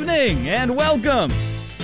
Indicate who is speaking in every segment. Speaker 1: and welcome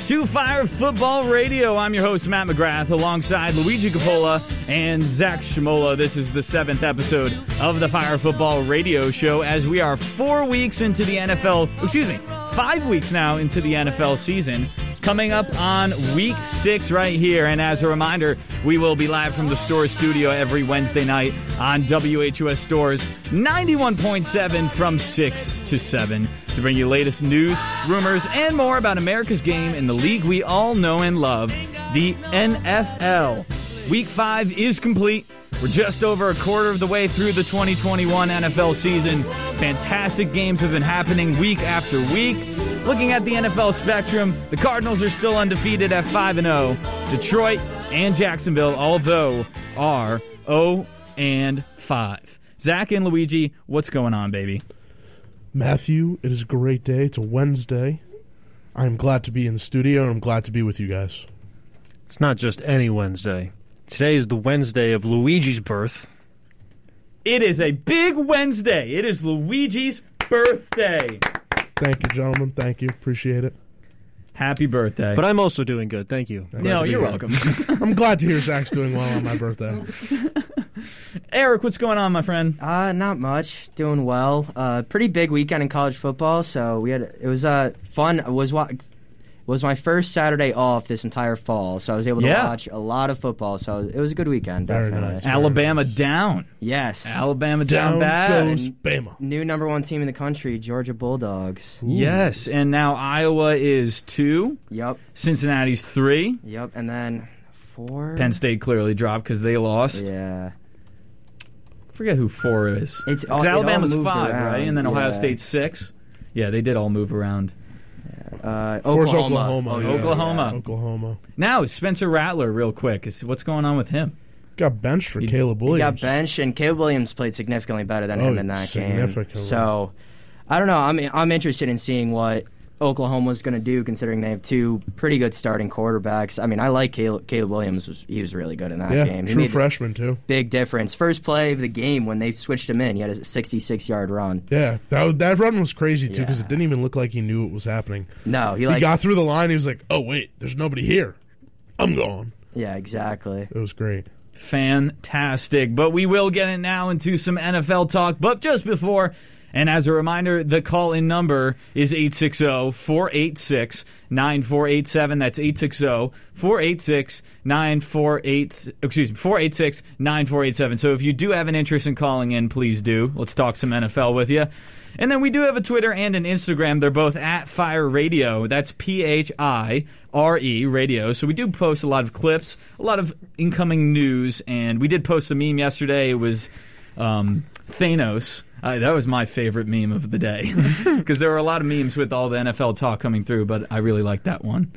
Speaker 1: to Fire Football Radio. I'm your host, Matt McGrath, alongside Luigi Capola and Zach Schmola. This is the seventh episode of the Fire Football Radio Show as we are four weeks into the NFL, excuse me, five weeks now into the NFL season. Coming up on week six, right here. And as a reminder, we will be live from the store studio every Wednesday night on WHUS Stores 91.7 from 6 to 7 to bring you latest news, rumors, and more about America's game in the league we all know and love, the NFL. Week five is complete. We're just over a quarter of the way through the 2021 NFL season. Fantastic games have been happening week after week. Looking at the NFL spectrum, the Cardinals are still undefeated at 5 0. Detroit and Jacksonville, although, are 0 and 5. Zach and Luigi, what's going on, baby?
Speaker 2: Matthew, it is a great day. It's a Wednesday. I'm glad to be in the studio and I'm glad to be with you guys.
Speaker 3: It's not just any Wednesday. Today is the Wednesday of Luigi's birth.
Speaker 1: It is a big Wednesday. It is Luigi's birthday.
Speaker 2: Thank you, gentlemen. Thank you. Appreciate it.
Speaker 1: Happy birthday.
Speaker 3: But I'm also doing good. Thank you. Glad
Speaker 1: no,
Speaker 3: to be
Speaker 1: you're
Speaker 3: here.
Speaker 1: welcome.
Speaker 2: I'm glad to hear Zach's doing well on my birthday.
Speaker 1: Eric, what's going on, my friend?
Speaker 4: Uh, not much. Doing well. Uh, pretty big weekend in college football, so we had it was uh fun. It was what was my first Saturday off this entire fall, so I was able to
Speaker 1: Yeah.
Speaker 4: watch a lot of football. So it was a good weekend.
Speaker 2: Very
Speaker 4: Definitely.
Speaker 2: nice.
Speaker 1: Alabama down.
Speaker 4: Yes.
Speaker 1: Alabama down,
Speaker 2: Down
Speaker 1: bad.
Speaker 2: goes Bama.
Speaker 4: New number one team in the country, Georgia Bulldogs.
Speaker 1: Yes, and now Iowa is two,
Speaker 4: Yep.
Speaker 1: Cincinnati's three.
Speaker 4: Yep. And then four.
Speaker 1: Penn State clearly dropped because they lost.
Speaker 4: Yeah.
Speaker 1: Forget who four is.
Speaker 4: It's all-
Speaker 1: 'Cause
Speaker 4: it all
Speaker 1: Alabama's
Speaker 4: moved
Speaker 1: five,
Speaker 4: around,
Speaker 1: right? And then Ohio
Speaker 4: yeah.
Speaker 1: State's six. Yeah, they did all move around.
Speaker 4: Uh,
Speaker 2: Four's
Speaker 4: Oklahoma.
Speaker 2: Oklahoma. yeah.
Speaker 1: Oklahoma.
Speaker 2: Oklahoma.
Speaker 1: Now is Spencer Rattler real quick. Is what's going on with him?
Speaker 2: Got benched for
Speaker 1: He-
Speaker 2: Caleb
Speaker 4: He
Speaker 2: Williams.
Speaker 4: got benched, and Caleb Williams played significantly better than
Speaker 2: Oh,
Speaker 4: him in that game.
Speaker 2: significantly.
Speaker 4: So, I don't know. I'm I'm interested in seeing what Oklahoma's going to do, considering they have two pretty good starting quarterbacks. I mean, I like Caleb, Caleb Williams. Was, he was really good in that
Speaker 2: yeah,
Speaker 4: game. He
Speaker 2: true
Speaker 4: made a
Speaker 2: freshman too.
Speaker 4: Big difference. First play of the game when they switched him in, he had a 66 yard run.
Speaker 2: Yeah, that was- that run was crazy too because
Speaker 4: Yeah.
Speaker 2: it didn't even look like he knew what was happening.
Speaker 4: No, he
Speaker 2: he
Speaker 4: like
Speaker 2: got through the line. He was like, "Oh wait, there's nobody here. I'm gone."
Speaker 4: yeah, exactly.
Speaker 2: It was great.
Speaker 1: Fantastic. But we will get it now into some NFL talk. But just before, and as a reminder, the call in number is oh, 860 486 9487. That's oh, 860 486 948, excuse me, 486 9487. So if you do have an interest in calling in, please do. Let's talk some NFL with you. And then we do have a Twitter and an Instagram. They're both at Fire Radio. That's P H I R E Radio. So we do post a lot of clips, a lot of incoming news, and we did post a meme yesterday. It was um, Thanos. Uh, that was my favorite meme of the day because there were a lot of memes with all the NFL talk coming through, but I really liked that one.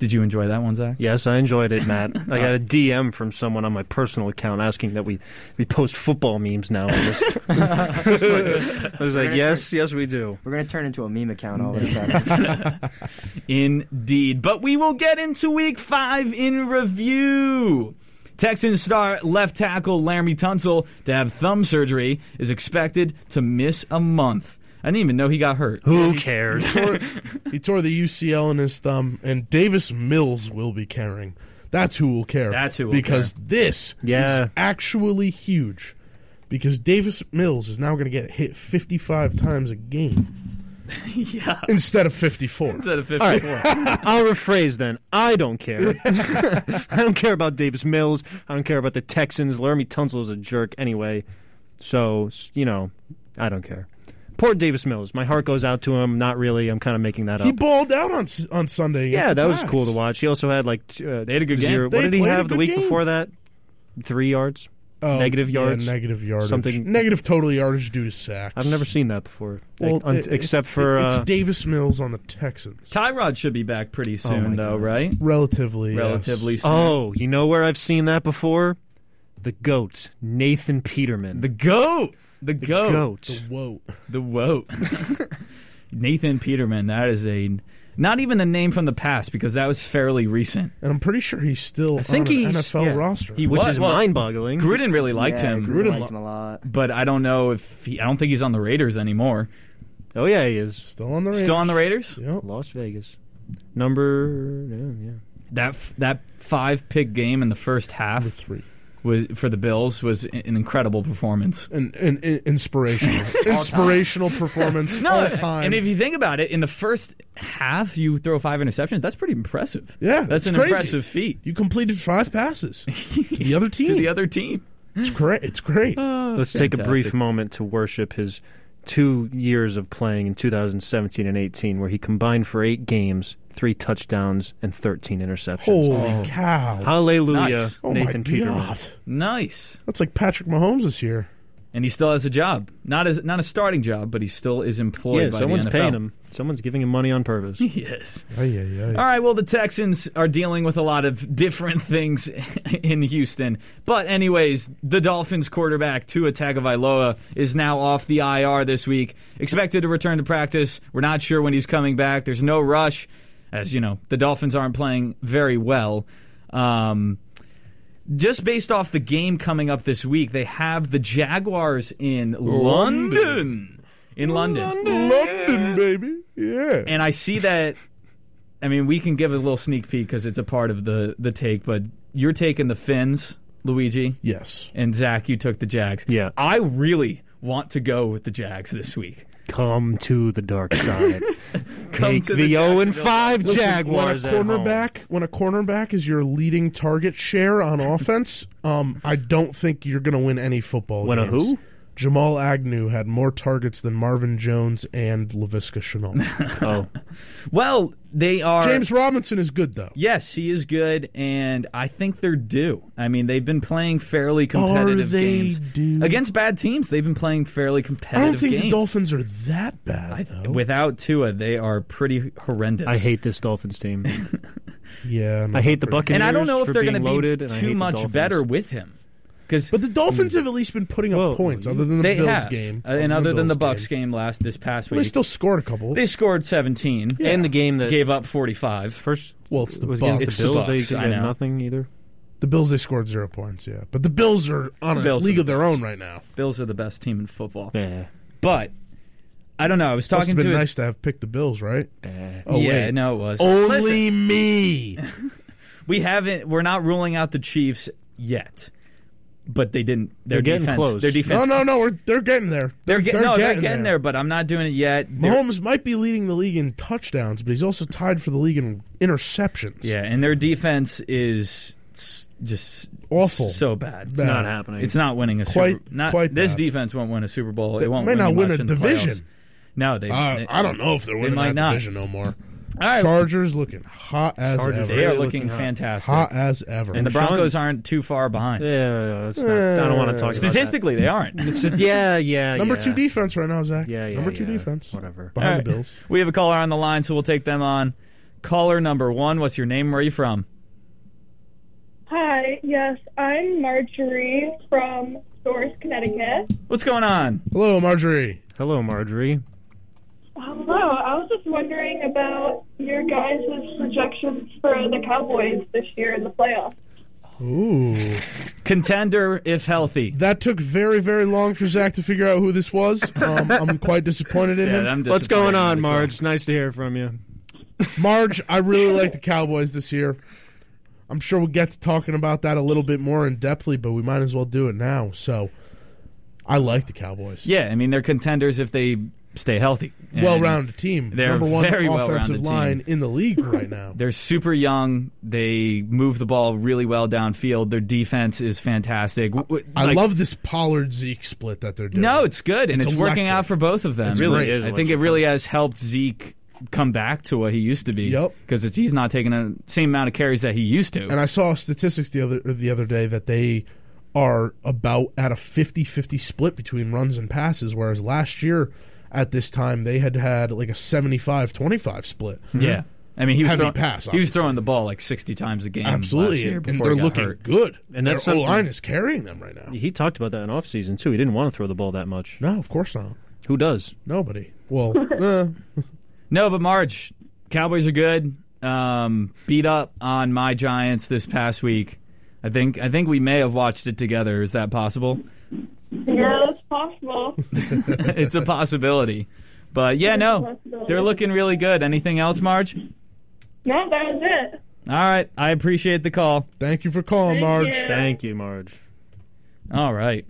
Speaker 1: Did you enjoy that one, Zach?
Speaker 3: Yes, I enjoyed it, Matt. I got a DM from someone on my personal account asking that we, we post football memes now. On this. I was like, yes, yes, we do.
Speaker 4: We're gonna turn into a meme account all of a sudden.
Speaker 1: Indeed. But we will get into week five in review. Texan star left tackle Laramie Tunsil to have thumb surgery is expected to miss a month. I didn't even know he got hurt.
Speaker 3: Who cares?
Speaker 2: tore, he tore the UCL in his thumb, and Davis Mills will be caring. That's who will care.
Speaker 1: That's who will
Speaker 2: because this
Speaker 3: Yeah.
Speaker 2: is actually huge. Because Davis Mills is now going to get hit 55 times a game
Speaker 1: yeah.
Speaker 2: instead of 54.
Speaker 1: Instead of 54.
Speaker 3: I'll rephrase then. I don't care. I don't care about Davis Mills. I don't care about the Texans. Laramie Tunsil is a jerk anyway. So, s- you know, I don't care. Poor Davis Mills. My heart goes out to him. Not really. I'm kind of making that
Speaker 2: He
Speaker 3: up.
Speaker 2: balled out on s- on Sunday. against
Speaker 3: Yeah,
Speaker 2: the
Speaker 3: that was
Speaker 2: Pats.
Speaker 3: cool to watch. He also had like t- uh,
Speaker 1: They had a good game.
Speaker 3: zero.
Speaker 2: They
Speaker 3: What did he
Speaker 2: played a
Speaker 3: have the
Speaker 2: good
Speaker 3: week
Speaker 2: game.
Speaker 3: before that? Three yards.
Speaker 2: Oh,
Speaker 3: Negative
Speaker 2: yeah,
Speaker 3: yards?
Speaker 2: negative yardage,
Speaker 3: Something-
Speaker 2: negative total yardage due to sacks.
Speaker 3: I've never seen that before,
Speaker 2: Well,
Speaker 3: Like, un-
Speaker 2: it-
Speaker 3: except
Speaker 2: it's-
Speaker 3: for
Speaker 2: it's
Speaker 3: uh,
Speaker 2: Davis Mills on the Texans.
Speaker 1: Tyrod should be back pretty soon,
Speaker 3: my
Speaker 1: though,
Speaker 3: God.
Speaker 1: right?
Speaker 2: Relatively, yes.
Speaker 1: Relatively soon.
Speaker 3: oh, you know where I've seen that before? The goat, Nathan Peterman.
Speaker 1: The GOAT! The, GOAT.
Speaker 3: goat.
Speaker 2: Whoa,
Speaker 1: The woat. Nathan Peterman. That is a. Not even a name from the past because that was fairly recent.
Speaker 2: and I'm pretty sure he's still
Speaker 3: I think
Speaker 2: on
Speaker 3: he's-
Speaker 2: an NFL
Speaker 3: yeah.
Speaker 2: roster.
Speaker 1: He
Speaker 3: which
Speaker 1: was,
Speaker 3: is
Speaker 1: well,
Speaker 3: mind-boggling.
Speaker 1: Gruden really liked
Speaker 4: yeah,
Speaker 1: him.
Speaker 4: Gruden
Speaker 2: Gruden
Speaker 4: liked him a lot.
Speaker 1: but I don't know if he, I don't think he's on the Raiders anymore.
Speaker 3: Oh yeah, he is.
Speaker 2: Still on the Raiders.
Speaker 1: Still on the Raiders?
Speaker 2: Yep.
Speaker 3: Las Vegas, number yeah, yeah.
Speaker 1: That f- that five pick game in the first
Speaker 2: Number
Speaker 1: half
Speaker 2: three.
Speaker 1: was for the Bills was i- an incredible performance.
Speaker 2: An, an, an inspirational, inspirational performance all time.
Speaker 1: and if you think about it, in the first half you throw five interceptions. That's pretty impressive.
Speaker 2: yeah,
Speaker 1: that's
Speaker 2: it's
Speaker 1: an
Speaker 2: crazy.
Speaker 1: impressive feat
Speaker 2: You completed five passes to the other team.
Speaker 1: to the other Oh. team.
Speaker 2: it's great. It's great.
Speaker 3: Let's take a brief moment to worship his two years of playing in 2017 and 18, where he combined for eight games, three touchdowns, and 13 interceptions.
Speaker 2: Holy
Speaker 1: Oh.
Speaker 2: cow!
Speaker 3: Hallelujah,
Speaker 1: Nice.
Speaker 2: oh
Speaker 3: Nathan
Speaker 2: my
Speaker 3: Peterman.
Speaker 2: god,
Speaker 1: Nice.
Speaker 2: that's like Patrick Mahomes this year.
Speaker 1: And he still has a job. Not as not a starting job, but he still is employed
Speaker 3: Yeah,
Speaker 1: by
Speaker 3: someone's
Speaker 1: the NFL.
Speaker 3: paying him. Someone's giving him money on purpose.
Speaker 1: Yes.
Speaker 2: Ay, ay, ay.
Speaker 1: All right, well, the Texans are dealing with a lot of different things in Houston. But, anyways, the Dolphins quarterback, Tua Tagovailoa, is now off the IR this week. Expected to return to practice. We're not sure when he's coming back. There's no rush, as you know, the Dolphins aren't playing very well. Um, just based off the game coming up this week, they have the Jaguars in London. In London.
Speaker 2: London, baby. Yeah.
Speaker 1: and I see that. I mean, we can give a little sneak peek because it's a part of the the take. But you're taking the Finns, Luigi,
Speaker 2: yes.
Speaker 1: and Zach. You took the Jags.
Speaker 3: Yeah.
Speaker 1: I really want to go with the Jags this week.
Speaker 3: Come to the dark side.
Speaker 1: Come
Speaker 3: Take
Speaker 1: to
Speaker 3: the,
Speaker 1: the
Speaker 3: 0 and 5
Speaker 2: Listen,
Speaker 3: Jaguars
Speaker 2: when a
Speaker 3: at home.
Speaker 2: cornerback when a cornerback is your leading target share on offense, um, I don't think you're going to win any football
Speaker 3: When a
Speaker 2: games.
Speaker 3: who?
Speaker 2: Jamal Agnew had more targets than Marvin Jones and Laviska Chenault.
Speaker 3: Oh,
Speaker 1: Well, they are.
Speaker 2: James Robinson is good though.
Speaker 1: Yes, he is good, and I think they're due. I mean, they've been playing fairly competitive
Speaker 2: they
Speaker 1: games
Speaker 2: due?
Speaker 1: against bad teams. They've been playing fairly
Speaker 2: I
Speaker 1: competitive.
Speaker 2: don't think the
Speaker 1: games.
Speaker 2: Dolphins are that bad
Speaker 1: I th-
Speaker 2: though.
Speaker 1: without Tua, they are pretty horrendous.
Speaker 3: I hate this Dolphins team.
Speaker 2: yeah, no,
Speaker 3: I hate the
Speaker 2: pretty-
Speaker 3: Buccaneers.
Speaker 1: and I don't know if
Speaker 3: for
Speaker 1: they're
Speaker 3: being
Speaker 1: going to
Speaker 3: loaded,
Speaker 1: be
Speaker 3: and I
Speaker 1: too
Speaker 3: hate the
Speaker 1: much
Speaker 3: Dolphins.
Speaker 1: better with him because
Speaker 2: But the Dolphins have at least been putting up
Speaker 3: Well,
Speaker 2: points, other than the
Speaker 1: they
Speaker 2: Bills
Speaker 1: have,
Speaker 2: game,
Speaker 1: uh, and other than the
Speaker 2: Bills
Speaker 1: Bucks game. last this past
Speaker 2: Well, they
Speaker 1: week,
Speaker 2: still scored a couple.
Speaker 1: they scored 17
Speaker 3: And the game that
Speaker 1: gave up 45.
Speaker 3: first
Speaker 2: well, it's the
Speaker 3: was
Speaker 2: Bucks.
Speaker 3: against
Speaker 1: It's
Speaker 3: the
Speaker 1: the
Speaker 3: Bills.
Speaker 1: Bucks,
Speaker 3: they
Speaker 1: I
Speaker 3: got
Speaker 1: know.
Speaker 3: nothing either.
Speaker 2: The Bills they scored zero points, yeah. But the Bills are on a
Speaker 1: Bills are
Speaker 2: league
Speaker 1: the
Speaker 2: of their own right now.
Speaker 1: Bills are the best team in football,
Speaker 3: Yeah.
Speaker 1: but I don't know. I was
Speaker 2: Must
Speaker 1: talking
Speaker 2: have been
Speaker 1: to a-
Speaker 2: nice to have picked the Bills, right? Oh
Speaker 1: yeah,
Speaker 2: wait,
Speaker 1: no, it was Listen,
Speaker 2: only me.
Speaker 1: we haven't. We're not ruling out the Chiefs yet, but they didn't. Their
Speaker 3: They're getting
Speaker 1: defense,
Speaker 3: close.
Speaker 1: their
Speaker 2: No,
Speaker 1: defense,
Speaker 2: no, no. We're, they're getting there.
Speaker 1: they're getting no, they're getting there. But I'm not doing it yet. They're-
Speaker 2: Mahomes might be leading the league in touchdowns, but he's also tied for the league in interceptions.
Speaker 1: Yeah, and their defense is s- just
Speaker 2: Awful.
Speaker 1: so bad.
Speaker 2: Bad.
Speaker 3: Not happening.
Speaker 1: It's not winning a
Speaker 2: Quite-
Speaker 1: Super. Not,
Speaker 2: quite
Speaker 1: this
Speaker 2: bad.
Speaker 1: defense won't win a Super Bowl.
Speaker 2: They
Speaker 1: it won't.
Speaker 2: may
Speaker 1: win
Speaker 2: not
Speaker 1: you
Speaker 2: win
Speaker 1: much
Speaker 2: a
Speaker 1: in the
Speaker 2: division.
Speaker 1: playoffs. No, they,
Speaker 2: Uh,
Speaker 1: they-
Speaker 2: I don't know if they're winning
Speaker 1: might
Speaker 2: that
Speaker 1: not.
Speaker 2: division no more.
Speaker 1: All right,
Speaker 2: Chargers looking hot as
Speaker 3: Chargers,
Speaker 2: ever.
Speaker 1: they are
Speaker 3: really
Speaker 1: looking
Speaker 3: looking hot.
Speaker 1: fantastic,
Speaker 2: Hot as ever.
Speaker 1: and the
Speaker 3: Sean-
Speaker 1: Broncos aren't too far behind.
Speaker 3: Yeah, that's not, I don't want to talk
Speaker 1: Statistically, they aren't.
Speaker 3: about that. yeah, yeah,
Speaker 2: Number
Speaker 3: yeah.
Speaker 2: two defense right now, Zach.
Speaker 3: Yeah, yeah,
Speaker 2: Number two
Speaker 3: yeah.
Speaker 2: defense.
Speaker 3: Whatever.
Speaker 2: Behind
Speaker 1: All
Speaker 2: the Bills.
Speaker 1: We have a caller on the line, so we'll take them on. Caller number one, what's your name? Where are you from?
Speaker 5: Hi, yes, I'm Marjorie from Source, Connecticut.
Speaker 1: What's going on?
Speaker 2: Hello, Marjorie.
Speaker 3: Hello, Marjorie.
Speaker 5: Hello, I was just wondering about your guys' projections for the Cowboys this year in the playoffs.
Speaker 2: Ooh.
Speaker 1: Contender if healthy.
Speaker 2: That took very, very long for Zach to figure out who this was. Um, I'm quite disappointed in him.
Speaker 1: I'm
Speaker 3: What's going
Speaker 1: disappointed
Speaker 3: on,
Speaker 1: as well.
Speaker 3: Marge? It's nice to hear from you.
Speaker 2: Marge, I really like the Cowboys this year. I'm sure we'll get to talking about that a little bit more in depthly, but we might as well do it now. So, I like the Cowboys.
Speaker 1: Yeah, I mean they're contenders if they stay healthy. And-
Speaker 2: Well-rounded team,
Speaker 1: They're
Speaker 2: number one
Speaker 1: very well-rounded
Speaker 2: offensive
Speaker 1: team.
Speaker 2: line in the league right now.
Speaker 1: They're super young. They move the ball really well downfield. Their defense is fantastic. W- w-
Speaker 2: I
Speaker 1: like-
Speaker 2: love this Pollard Zeke split that they're doing.
Speaker 1: No, it's good, and
Speaker 2: It's
Speaker 1: it's, working
Speaker 2: electric.
Speaker 1: out for both of them.
Speaker 2: It's Really great.
Speaker 3: is
Speaker 1: I think it
Speaker 3: electric.
Speaker 1: really has helped Zeke come back to what he used to be.
Speaker 2: Yep.
Speaker 1: Because he's not taking the same amount of carries that he used to.
Speaker 2: And I saw statistics the other the other day that they are about at a 50-50 split between runs and passes whereas last year at this time they had had like a 75-25 split.
Speaker 1: yeah. I mean, he was
Speaker 2: Heavy
Speaker 1: throw-
Speaker 2: pass,
Speaker 1: He was
Speaker 2: obviously.
Speaker 1: throwing the ball like sixty times a game. last
Speaker 2: Absolutely.
Speaker 1: year
Speaker 2: And,
Speaker 1: before
Speaker 2: they're
Speaker 1: he got
Speaker 2: looking
Speaker 1: hurt.
Speaker 2: good.
Speaker 3: And
Speaker 2: And
Speaker 3: that's
Speaker 2: their
Speaker 3: something-
Speaker 2: O-line is carrying them right now.
Speaker 3: He talked about that in offseason, too. He didn't want to throw the ball that much.
Speaker 2: No, of course not.
Speaker 3: Who does?
Speaker 2: Nobody. Well, eh,
Speaker 1: No, but Marge, Cowboys are good. Um, beat up on my Giants this past week. I think I think we may have watched it together. Is that possible?
Speaker 5: Yeah, that's possible.
Speaker 1: it's a possibility. But yeah, no,
Speaker 5: possibility.
Speaker 1: they're looking really good. Anything else, Marge?
Speaker 5: No, that was it.
Speaker 1: All right, I appreciate the call.
Speaker 2: Thank you for calling,
Speaker 5: Thank
Speaker 2: Marge.
Speaker 5: you.
Speaker 3: Thank you, Marge.
Speaker 1: All right.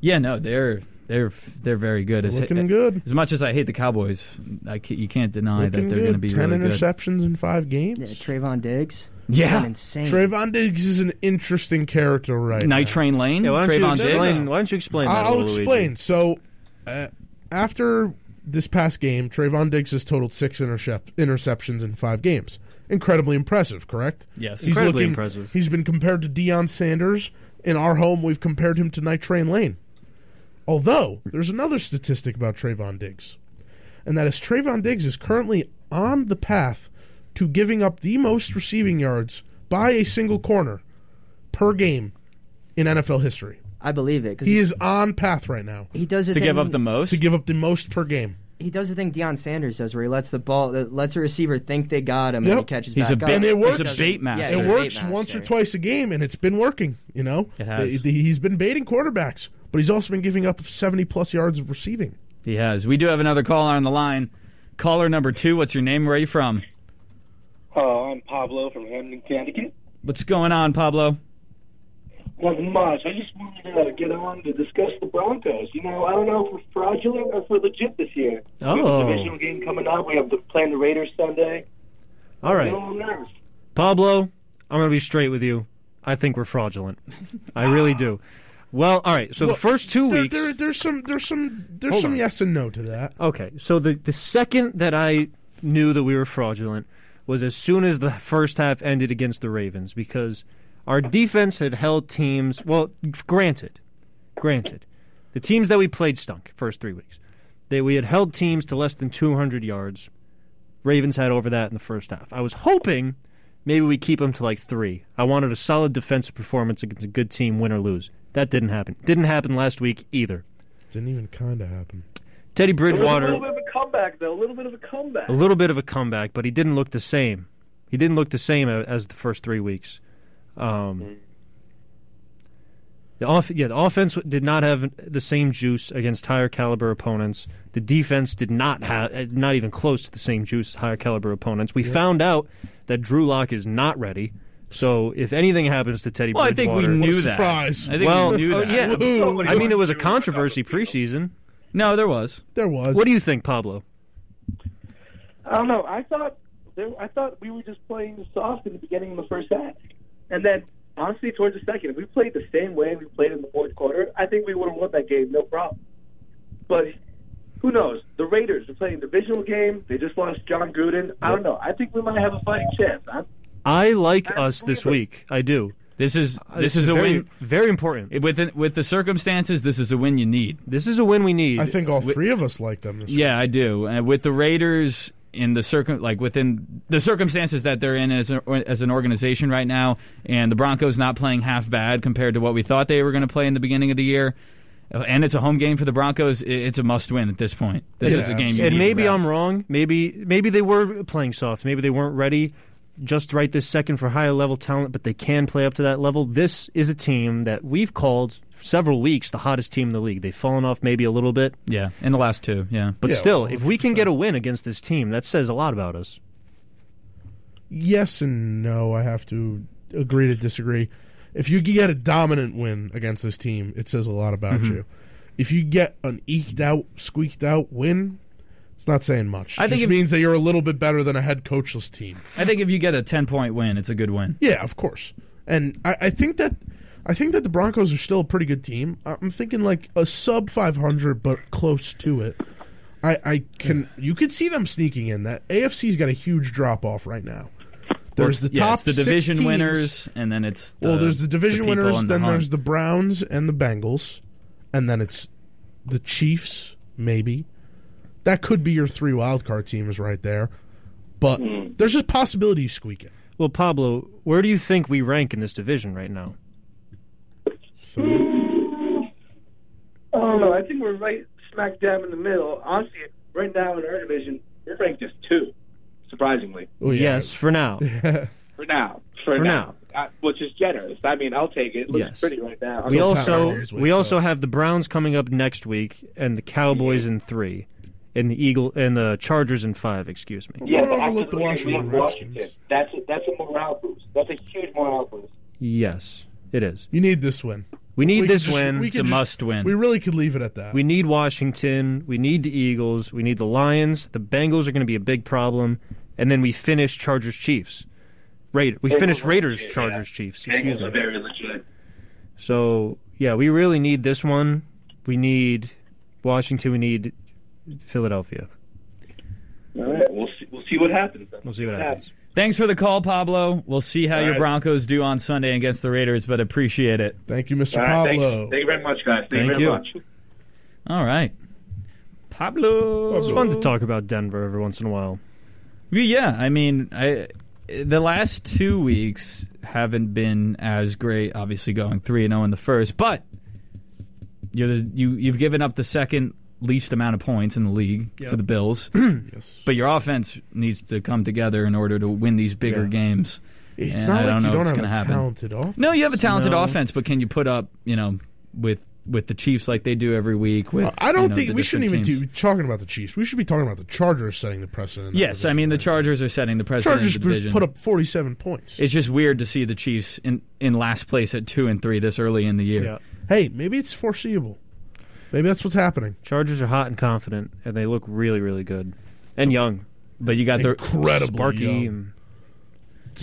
Speaker 1: Yeah, no, they're they're they're very good. As,
Speaker 2: Looking good.
Speaker 1: as much as I hate the Cowboys, I ca you can't deny
Speaker 2: Looking
Speaker 1: that they're going to
Speaker 2: good.
Speaker 1: be
Speaker 2: Ten
Speaker 1: really good.
Speaker 2: interceptions in five games.
Speaker 4: Yeah, Trayvon Diggs.
Speaker 1: Yeah.
Speaker 4: Been insane.
Speaker 2: Trayvon Diggs is an interesting character right
Speaker 1: Night Train Lane,
Speaker 3: Yeah, why don't
Speaker 1: Trayvon
Speaker 3: you explain?
Speaker 1: Diggs.
Speaker 3: Why don't you explain?
Speaker 2: now.
Speaker 3: that a
Speaker 2: I'll
Speaker 3: little, Luigi?
Speaker 2: explain. So, uh, after this past game, Trayvon Diggs has totaled six intercep- interceptions in five games. Incredibly impressive, correct?
Speaker 1: Yes.
Speaker 2: He's
Speaker 3: Incredibly
Speaker 2: looking,
Speaker 3: impressive.
Speaker 2: He's been compared to Deion Sanders. In our home, we've compared him to Night Train Lane. Although, there's another statistic about Trayvon Diggs, and that is Trayvon Diggs is currently on the path to giving up the most receiving yards by a single corner per game in NFL history.
Speaker 4: I believe it because
Speaker 2: He
Speaker 4: he,
Speaker 2: is on path right now
Speaker 4: he does the
Speaker 1: To
Speaker 4: thing,
Speaker 1: give up the most.
Speaker 2: to give up the most per game.
Speaker 4: He does the thing Deion Sanders does, where he lets the ball, uh, lets the receiver think they got him, and he
Speaker 2: Yep.
Speaker 4: catches
Speaker 1: He's
Speaker 4: back
Speaker 1: a
Speaker 4: up.
Speaker 1: bait- And
Speaker 2: it works.
Speaker 4: He doesn't-
Speaker 1: He's a bait master.
Speaker 4: he's
Speaker 2: it
Speaker 4: a bait
Speaker 2: works once or
Speaker 4: master.
Speaker 2: twice a game, and it's been working. You know,
Speaker 1: It has.
Speaker 2: He- he's been baiting quarterbacks, but he's also been giving up seventy plus yards of receiving.
Speaker 1: He has. We do have another caller on the line. Caller number two. What's your name? Where are you from?
Speaker 6: Oh, I'm Pablo from Hamden, Connecticut.
Speaker 1: What's going on, Pablo?
Speaker 6: Nothing much. I just wanted to get on to discuss the Broncos. You know, I don't know if we're fraudulent or if we're legit this year. We have
Speaker 3: Oh.
Speaker 6: a divisional game coming up. We have to play the Raiders Sunday.
Speaker 3: All
Speaker 6: You
Speaker 3: right,
Speaker 6: know, I'm nervous.
Speaker 3: Pablo, I'm gonna be straight with you. I think we're fraudulent. I really do. Well, all right. So
Speaker 2: Well,
Speaker 3: the first two
Speaker 2: There,
Speaker 3: weeks.
Speaker 2: there- there's some, there's some, there's
Speaker 3: Hold
Speaker 2: some
Speaker 3: on.
Speaker 2: yes and no to that.
Speaker 3: Okay, so the the second that I knew that we were fraudulent was as soon as the first half ended against the Ravens because our defense had held teams. Well, granted, granted, the teams that we played stunk first three weeks. That we had held teams to less than 200 yards. Ravens had over that in the first half. I was hoping maybe we keep them to like three. I wanted a solid defensive performance against a good team, win or lose. That didn't happen. Didn't happen last week either.
Speaker 2: Didn't even kind of happen.
Speaker 3: Teddy
Speaker 6: There was
Speaker 3: Bridgewater.
Speaker 6: A little bit of a comeback, though. A little bit of a comeback.
Speaker 3: a little bit of a comeback, but he didn't look the same. He didn't look the same a- as the first three weeks. Um,
Speaker 1: Mm-hmm.
Speaker 3: the off, yeah, the offense w- did not have the same juice against higher caliber opponents. The defense did not have, not even close to the same juice as higher caliber opponents. We found out that Drew Lock is not ready. So if anything happens to Teddy
Speaker 1: Well, I think
Speaker 3: Bridgewater,
Speaker 1: we knew that.
Speaker 2: surprise.
Speaker 1: I think
Speaker 3: Well,
Speaker 1: we knew
Speaker 3: oh,
Speaker 1: that.
Speaker 3: yeah.
Speaker 2: Woohoo.
Speaker 3: I mean, it was a controversy preseason.
Speaker 1: No, there was.
Speaker 2: There was.
Speaker 3: What do you think, Pablo?
Speaker 6: I don't know. I thought there, I thought we were just playing soft in the beginning of the first half, and then honestly towards the second, if we played the same way we played in the fourth quarter, I think we would have won that game, no problem. But who knows? The Raiders are playing a divisional game. They just lost John Gruden. I don't know. I think we might have a fighting chance. I'm,
Speaker 3: I like us this
Speaker 6: Absolutely.
Speaker 3: week. I do.
Speaker 1: This is this is a
Speaker 3: Uh, very,
Speaker 1: win.
Speaker 3: Very important.
Speaker 1: It- With the, with the circumstances, this is a win you need.
Speaker 3: This is a win we need.
Speaker 2: I think all three of us like them. This week.
Speaker 1: Yeah, I do. And with the Raiders in the circum like within the circumstances that they're in as, a, as an organization right now, and the Broncos not playing half bad compared to what we thought they were going to play in the beginning of the year, uh, and it's a home game for the Broncos. i- It's a must win at this point. This
Speaker 2: Yeah,
Speaker 1: is a game. You
Speaker 3: and
Speaker 1: need
Speaker 3: maybe
Speaker 1: to grab.
Speaker 3: I'm wrong. Maybe maybe they were playing soft. Maybe they weren't ready just right this second for higher level talent, but they can play up to that level. This is a team that we've called several weeks the hottest team in the league. They've fallen off maybe a little bit,
Speaker 1: Yeah, in the last two. Yeah,
Speaker 3: but
Speaker 2: Yeah,
Speaker 3: still, if we can get a win against this team, that says a lot about us.
Speaker 2: Yes and no. I have to agree to disagree. If you get a dominant win against this team, it says a lot about
Speaker 1: Mm-hmm.
Speaker 2: you. If you get an eked out, squeaked out win, it's not saying much.
Speaker 1: I
Speaker 2: it
Speaker 1: think
Speaker 2: just
Speaker 1: if-
Speaker 2: means that you're a little bit better than a head coachless team.
Speaker 1: I think if you get a ten point win, it's a good win.
Speaker 2: Yeah, of course. And I, I think that I think that the Broncos are still a pretty good team. I- I'm thinking like a sub 500, but close to it. I, I can you could see them sneaking in. That AFC's got a huge drop off right now. There's the top
Speaker 1: yeah, it's the
Speaker 2: six
Speaker 1: division
Speaker 2: teams.
Speaker 1: winners, and then it's the,
Speaker 2: well, there's the division
Speaker 1: people
Speaker 2: winners.
Speaker 1: and
Speaker 2: Then
Speaker 1: hunt.
Speaker 2: there's the Browns and the Bengals, and then it's the Chiefs. Maybe that could be your three wildcard teams right there. But
Speaker 1: Hmm.
Speaker 2: there's just possibility you squeak it.
Speaker 3: Well, Pablo, where do you think we rank in this division right now?
Speaker 1: Hmm.
Speaker 6: I don't know. Oh, I think we're right smack dab in the middle. Honestly, right now in our division, we're ranked as two, surprisingly.
Speaker 2: Oh, yeah.
Speaker 3: Yes, for now.
Speaker 6: For now. For,
Speaker 3: For
Speaker 6: now. Uh, which is generous. I mean, I'll take it. It looks
Speaker 3: Yes.
Speaker 6: pretty right now.
Speaker 3: We
Speaker 2: Pat
Speaker 3: also
Speaker 2: Riley's week,
Speaker 3: we
Speaker 2: so-
Speaker 3: also have the Browns coming up next week and the Cowboys in three. and the Eagle and the Chargers in five. Excuse me.
Speaker 2: Yeah, but
Speaker 6: Yeah, but
Speaker 2: overlook the
Speaker 6: after looking at
Speaker 2: Washington
Speaker 6: Washington,
Speaker 2: Redskins.
Speaker 6: that's a, that's a morale boost. That's a huge morale boost.
Speaker 3: Yes, it is.
Speaker 2: You need this win.
Speaker 3: We need
Speaker 2: We
Speaker 3: this
Speaker 2: could just-
Speaker 3: win.
Speaker 2: we
Speaker 1: It's a
Speaker 2: could just-
Speaker 1: must win.
Speaker 2: We really could leave it at that.
Speaker 3: We need Washington. We need the Eagles. We need the Lions. The Bengals are going to be a big problem. And then we finish Chargers Chiefs. Raid. We finish Raiders Chargers Chiefs. Excuse me.
Speaker 6: very legit.
Speaker 3: So yeah, we really need this one. We need Washington. We need Philadelphia.
Speaker 6: All right, we'll see, we'll see what happens. Then.
Speaker 3: We'll see what happens.
Speaker 1: Thanks for the call, Pablo. We'll see how your
Speaker 6: right.
Speaker 1: Broncos do on Sunday against the Raiders, but appreciate it.
Speaker 2: Thank you, Mr.
Speaker 6: All right, thank,
Speaker 2: Pablo.
Speaker 6: you. thank you very much, guys. Thank, you
Speaker 3: Thank
Speaker 6: very
Speaker 3: you.
Speaker 6: much.
Speaker 1: All right. Pablo.
Speaker 3: It's fun to talk about Denver every once in a while.
Speaker 1: Yeah, I mean, I the last two weeks haven't been as great. Obviously, going three and zero in the first, but you're the, you you've given up the second least amount of points in the league to the Bills.
Speaker 2: Yes.
Speaker 1: But your offense needs to come together in order to win these bigger
Speaker 3: Yeah.
Speaker 1: games.
Speaker 2: It's
Speaker 1: And I
Speaker 2: not like
Speaker 1: don't know
Speaker 2: you
Speaker 1: what's
Speaker 2: don't have a
Speaker 1: gonna happen.
Speaker 2: talented offense.
Speaker 1: No, you have a talented
Speaker 3: No.
Speaker 1: offense, but can you put up, you know, with with the Chiefs like they do every week? With
Speaker 2: I don't
Speaker 1: you know,
Speaker 2: think
Speaker 1: the
Speaker 2: we shouldn't even
Speaker 1: different teams?
Speaker 2: do talking about the Chiefs. We should be talking about the Chargers setting the precedent. in that
Speaker 1: Yes, I
Speaker 2: division.
Speaker 1: mean the Chargers are setting the precedent.
Speaker 2: Chargers
Speaker 1: in the division.
Speaker 2: put up 47 points.
Speaker 1: It's just weird to see the Chiefs in, in last place at two and three this early in the year.
Speaker 3: Yeah.
Speaker 2: hey, maybe it's foreseeable. Maybe that's what's happening.
Speaker 3: Chargers are hot and confident, and they look really, really good and young,
Speaker 1: But you got the
Speaker 2: Incredible,
Speaker 3: sparky.
Speaker 2: young,
Speaker 3: And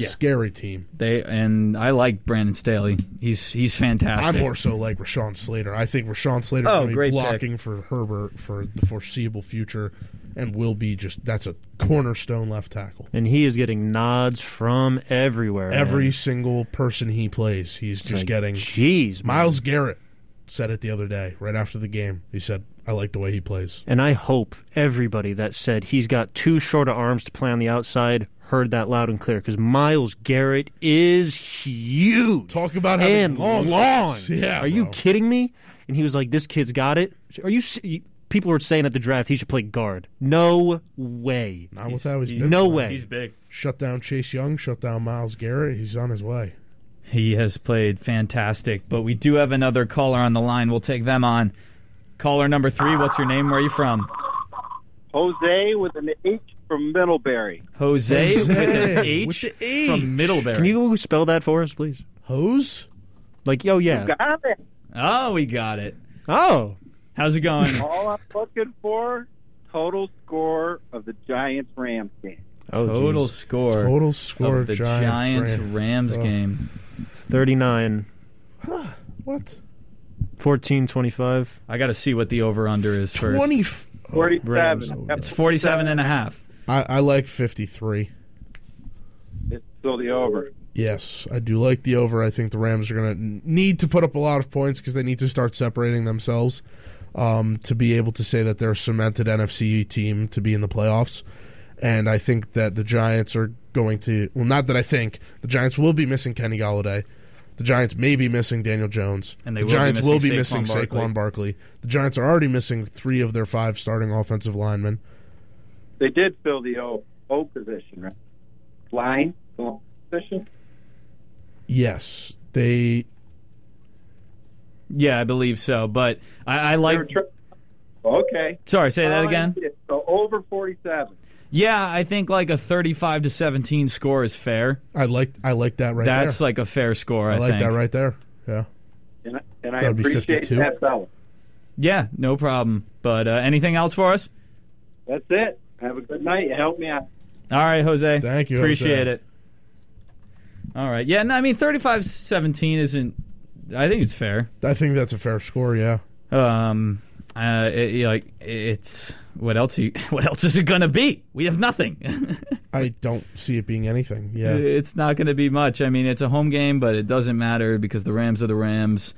Speaker 2: scary team.
Speaker 1: they and I like Brandon Staley. He's he's fantastic.
Speaker 2: I'm more so like Rashawn Slater. I think Rashawn Slater's
Speaker 1: Oh,
Speaker 2: going to be
Speaker 1: great
Speaker 2: blocking for Herbert for the foreseeable future, and will be just that's a cornerstone left tackle.
Speaker 3: and he is getting nods from everywhere. man.
Speaker 2: Every single person he plays, he's
Speaker 3: It's
Speaker 2: just
Speaker 3: like,
Speaker 2: getting.
Speaker 3: jeez, man.
Speaker 2: Miles Garrett said it the other day, right after the game. He said, "I like the way he plays."
Speaker 3: And I hope everybody that said he's got too short of arms to play on the outside heard that loud and clear because Miles Garrett is huge.
Speaker 2: Talk about having
Speaker 3: and
Speaker 2: long,
Speaker 3: long.
Speaker 2: arms. Yeah,
Speaker 3: Are you
Speaker 2: bro.
Speaker 3: kidding me? And he was like, "This kid's got it." Are you? s- you- People were saying at the draft he should play guard. No way.
Speaker 2: Not with how he's been.
Speaker 3: No
Speaker 2: playing.
Speaker 3: way.
Speaker 1: big.
Speaker 2: Shut down Chase Young. Shut down Miles Garrett. He's on his way.
Speaker 1: He has played fantastic. But we do have another caller on the line. We'll take them on. Caller number three. What's your name? Where are you from?
Speaker 7: Jose with an H from Middlebury.
Speaker 1: Jose, with an H
Speaker 2: with the H.
Speaker 1: from Middlebury.
Speaker 3: Can you spell that for us, please?
Speaker 2: Hose.
Speaker 3: Like, yo, yeah.
Speaker 7: Got it.
Speaker 1: oh, we got it.
Speaker 3: Oh,
Speaker 1: How's it going?
Speaker 7: All I'm looking for total score of the Giants Rams game.
Speaker 3: oh,
Speaker 1: total
Speaker 3: geez.
Speaker 1: score.
Speaker 2: Total score.
Speaker 1: of the
Speaker 2: Giants.
Speaker 1: Giants
Speaker 2: Rams.
Speaker 1: Rams
Speaker 2: Oh.
Speaker 1: game.
Speaker 3: 39,
Speaker 2: What?
Speaker 3: 14, 25.
Speaker 1: I got to see what the over under is first.
Speaker 2: Twenty. F- oh,
Speaker 7: 47.
Speaker 2: Rams.
Speaker 1: It's 47
Speaker 7: Uh,
Speaker 1: and a half.
Speaker 2: I, I like fifty-three.
Speaker 7: It's still the over.
Speaker 2: Yes, I do like the over. I think the Rams are going to need to put up a lot of points because they need to start separating themselves um, to be able to say that they're a cemented NFC team to be in the playoffs. And I think that the Giants are going to. Well, not that I think the Giants will be missing Kenny Galladay. The Giants may be missing Daniel Jones.
Speaker 1: And they
Speaker 2: the
Speaker 1: will be
Speaker 2: Giants will be
Speaker 1: missing
Speaker 2: missing
Speaker 1: Saquon Barkley.
Speaker 2: Saquon Barkley. The Giants are already missing three of their five starting offensive linemen.
Speaker 7: They did fill the O, o position, right? Line O position.
Speaker 2: Yes, they.
Speaker 1: Yeah, I believe so. But I, I
Speaker 7: They
Speaker 1: like.
Speaker 7: were tri- okay.
Speaker 1: Sorry, say that
Speaker 7: All I
Speaker 1: again.
Speaker 7: needed. So over 47.
Speaker 1: Yeah, I think like a 35 to 17 score is fair.
Speaker 2: I like. I like that right
Speaker 1: That's
Speaker 2: there.
Speaker 1: like a fair score. I,
Speaker 2: I like
Speaker 1: think.
Speaker 2: that right there. Yeah.
Speaker 7: And, I- and I
Speaker 2: That'd be
Speaker 7: appreciate
Speaker 2: 52.
Speaker 7: that fellow.
Speaker 1: Yeah, no problem. But uh, anything else for us?
Speaker 7: That's it. Have a good night. Help me out.
Speaker 1: All right, Jose.
Speaker 2: Thank you,
Speaker 1: Appreciate
Speaker 2: Jose.
Speaker 1: it. All right. Yeah, no, I mean 35-17 isn't. I think it's fair.
Speaker 2: I think that's a fair score. Yeah.
Speaker 1: Um, uh, it, you know, like it's what else? You, what else is it gonna be? We have nothing.
Speaker 2: I don't see it being anything. Yeah,
Speaker 1: It's not going to be much. I mean, it's a home game, but it doesn't matter because the Rams are the Rams.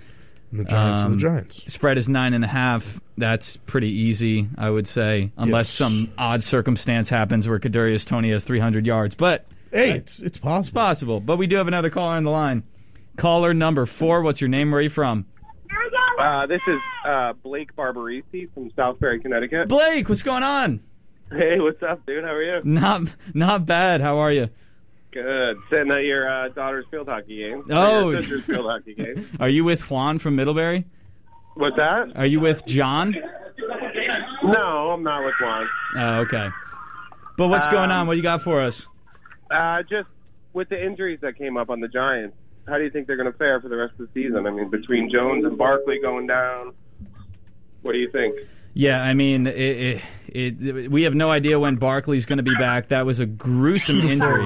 Speaker 2: and the Giants are
Speaker 1: Um,
Speaker 2: the Giants.
Speaker 1: Spread is nine and a half. That's pretty easy, I would say, unless
Speaker 2: Yes.
Speaker 1: some odd circumstance happens where Kadarius Tony has 300 yards. But
Speaker 2: Hey, it's it's possible.
Speaker 1: possible. But we do have another caller on the line. Caller number four. What's your name? Where are you from?
Speaker 8: Uh, this is uh, Blake Barbarisi from Southbury, Connecticut.
Speaker 1: Blake, what's going on?
Speaker 8: Hey, what's up, dude? How are you?
Speaker 1: Not not bad. How are you?
Speaker 8: Good. Sitting at your uh, daughter's field hockey game. Or
Speaker 1: Oh.
Speaker 8: your sister's field hockey game.
Speaker 1: Are you with Juan from Middlebury?
Speaker 8: What's that?
Speaker 1: Are you with John?
Speaker 8: No, I'm not with Juan.
Speaker 1: Oh, okay. But what's going
Speaker 8: Um,
Speaker 1: on? What you got for us?
Speaker 8: Uh, just with the injuries that came up on the Giants, how do you think they're going to fare for the rest of the season? I mean, between Jones and Barkley going down, what do you think?
Speaker 1: Yeah, I mean, it, it, it, we have no idea when Barkley's going to be back. That was a gruesome injury.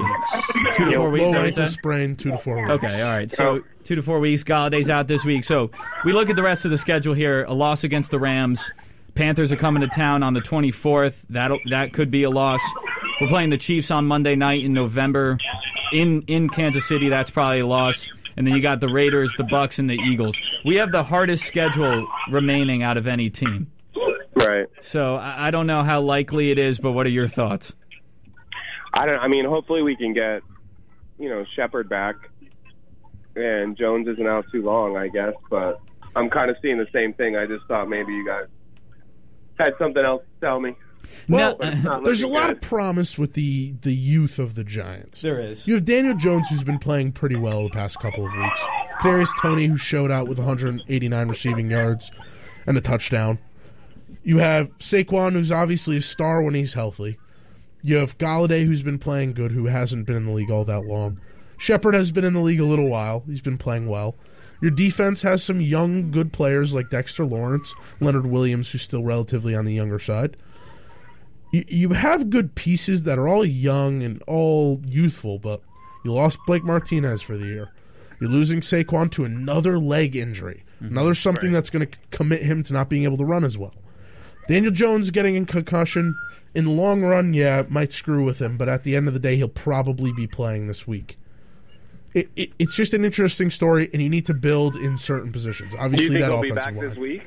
Speaker 1: Two to four weeks. is
Speaker 2: Low
Speaker 1: that what you
Speaker 2: ankle
Speaker 1: said?
Speaker 2: sprain, two to four weeks.
Speaker 1: Okay, all right. So two to four weeks. Galladay's out this week. So we look at the rest of the schedule here. A loss against the Rams. Panthers are coming to town on the 24th. That that could be a loss. We're playing the Chiefs on Monday night in November in in Kansas City. That's probably a loss. And then you got the Raiders, the Bucks, and the Eagles. We have the hardest schedule remaining out of any team.
Speaker 8: Right.
Speaker 1: So I, I don't know how likely it is, but what are your thoughts?
Speaker 8: I don't. I mean, hopefully we can get, you know, Shepard back, and Jones isn't out too long, I guess. But I'm kind of seeing the same thing. I just thought maybe you guys had something else to tell me.
Speaker 2: Well,
Speaker 1: uh,
Speaker 2: uh,
Speaker 8: No.
Speaker 2: there's a
Speaker 8: Looking
Speaker 2: lot
Speaker 8: good.
Speaker 2: of promise with the the youth of the Giants.
Speaker 1: there is.
Speaker 2: You have Daniel Jones, who's been playing pretty well the past couple of weeks. Kadarius Tony, who showed out with 189 receiving yards and a touchdown. You have Saquon, who's obviously a star when he's healthy. You have Galladay, who's been playing good, who hasn't been in the league all that long. Shepard has been in the league a little while. He's been playing well. Your defense has some young, good players like Dexter Lawrence, Leonard Williams, who's still relatively on the younger side you, you have good pieces that are all young and all youthful, but you lost Blake Martinez for the year. You're losing Saquon to another leg injury,
Speaker 8: Mm-hmm.
Speaker 2: another something that's going to commit him to not being able to run as well. Daniel Jones getting a concussion in the long run, yeah, it might screw with him, but at the end of the day, he'll probably be playing this week. It, it, it's just an interesting story, and you need to build in certain positions.
Speaker 8: Do you
Speaker 2: Obviously,
Speaker 8: think
Speaker 2: that
Speaker 8: he'll be
Speaker 2: offensive
Speaker 8: back
Speaker 2: line.
Speaker 8: this week?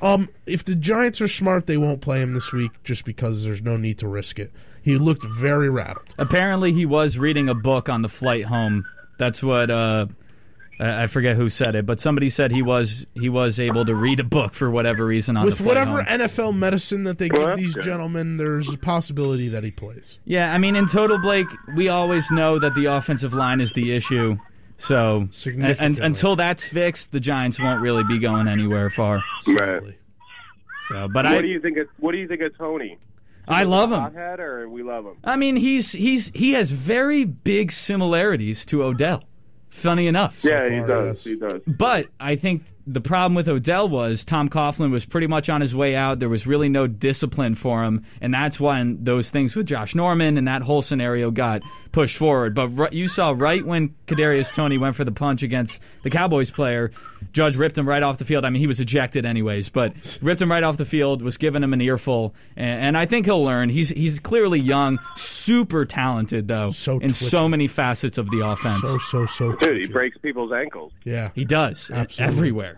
Speaker 2: Um, if the Giants are smart, they won't play him this week just because there's no need to risk it. He looked very rattled.
Speaker 1: Apparently, he was reading a book on the flight home. That's what uh, I I forget who said it, but somebody said he was he was able to read a book for whatever reason on
Speaker 2: With
Speaker 1: the flight
Speaker 2: whatever
Speaker 1: home.
Speaker 2: NFL medicine that they
Speaker 8: Well,
Speaker 2: give
Speaker 8: that's
Speaker 2: these
Speaker 8: good.
Speaker 2: gentlemen, there's a possibility that he plays.
Speaker 1: Yeah, I mean, in total, Blake, we always know that the offensive line is the issue. So, and, and
Speaker 2: Significantly.
Speaker 1: until that's fixed, the Giants won't really be going anywhere far.
Speaker 8: Right.
Speaker 1: So,
Speaker 8: What
Speaker 1: but
Speaker 8: do
Speaker 1: I
Speaker 8: you think? Of, what do you think of Tony?
Speaker 1: I love him.
Speaker 8: Hothead or we love him?
Speaker 1: I mean, he's he's he has very big similarities to Odell. Funny enough.
Speaker 8: Yeah, he
Speaker 2: far, yes.
Speaker 8: does. He does.
Speaker 1: But I think the problem with Odell was Tom Coughlin was pretty much on his way out. There was really no discipline for him, and that's when those things with Josh Norman and that whole scenario got pushed forward. But ri- you saw right when Kadarius Tony went for the punch against the Cowboys player, Judge ripped him right off the field. I mean, he was ejected anyways, but ripped him right off the field, was giving him an earful, and, and I think he'll learn. He's he's clearly young, super talented though,
Speaker 2: So
Speaker 1: in so
Speaker 2: twitchy.
Speaker 1: many facets of the offense.
Speaker 2: So so so.
Speaker 8: Dude, he breaks people's ankles.
Speaker 2: Yeah.
Speaker 1: he does
Speaker 2: Absolutely.
Speaker 1: everywhere.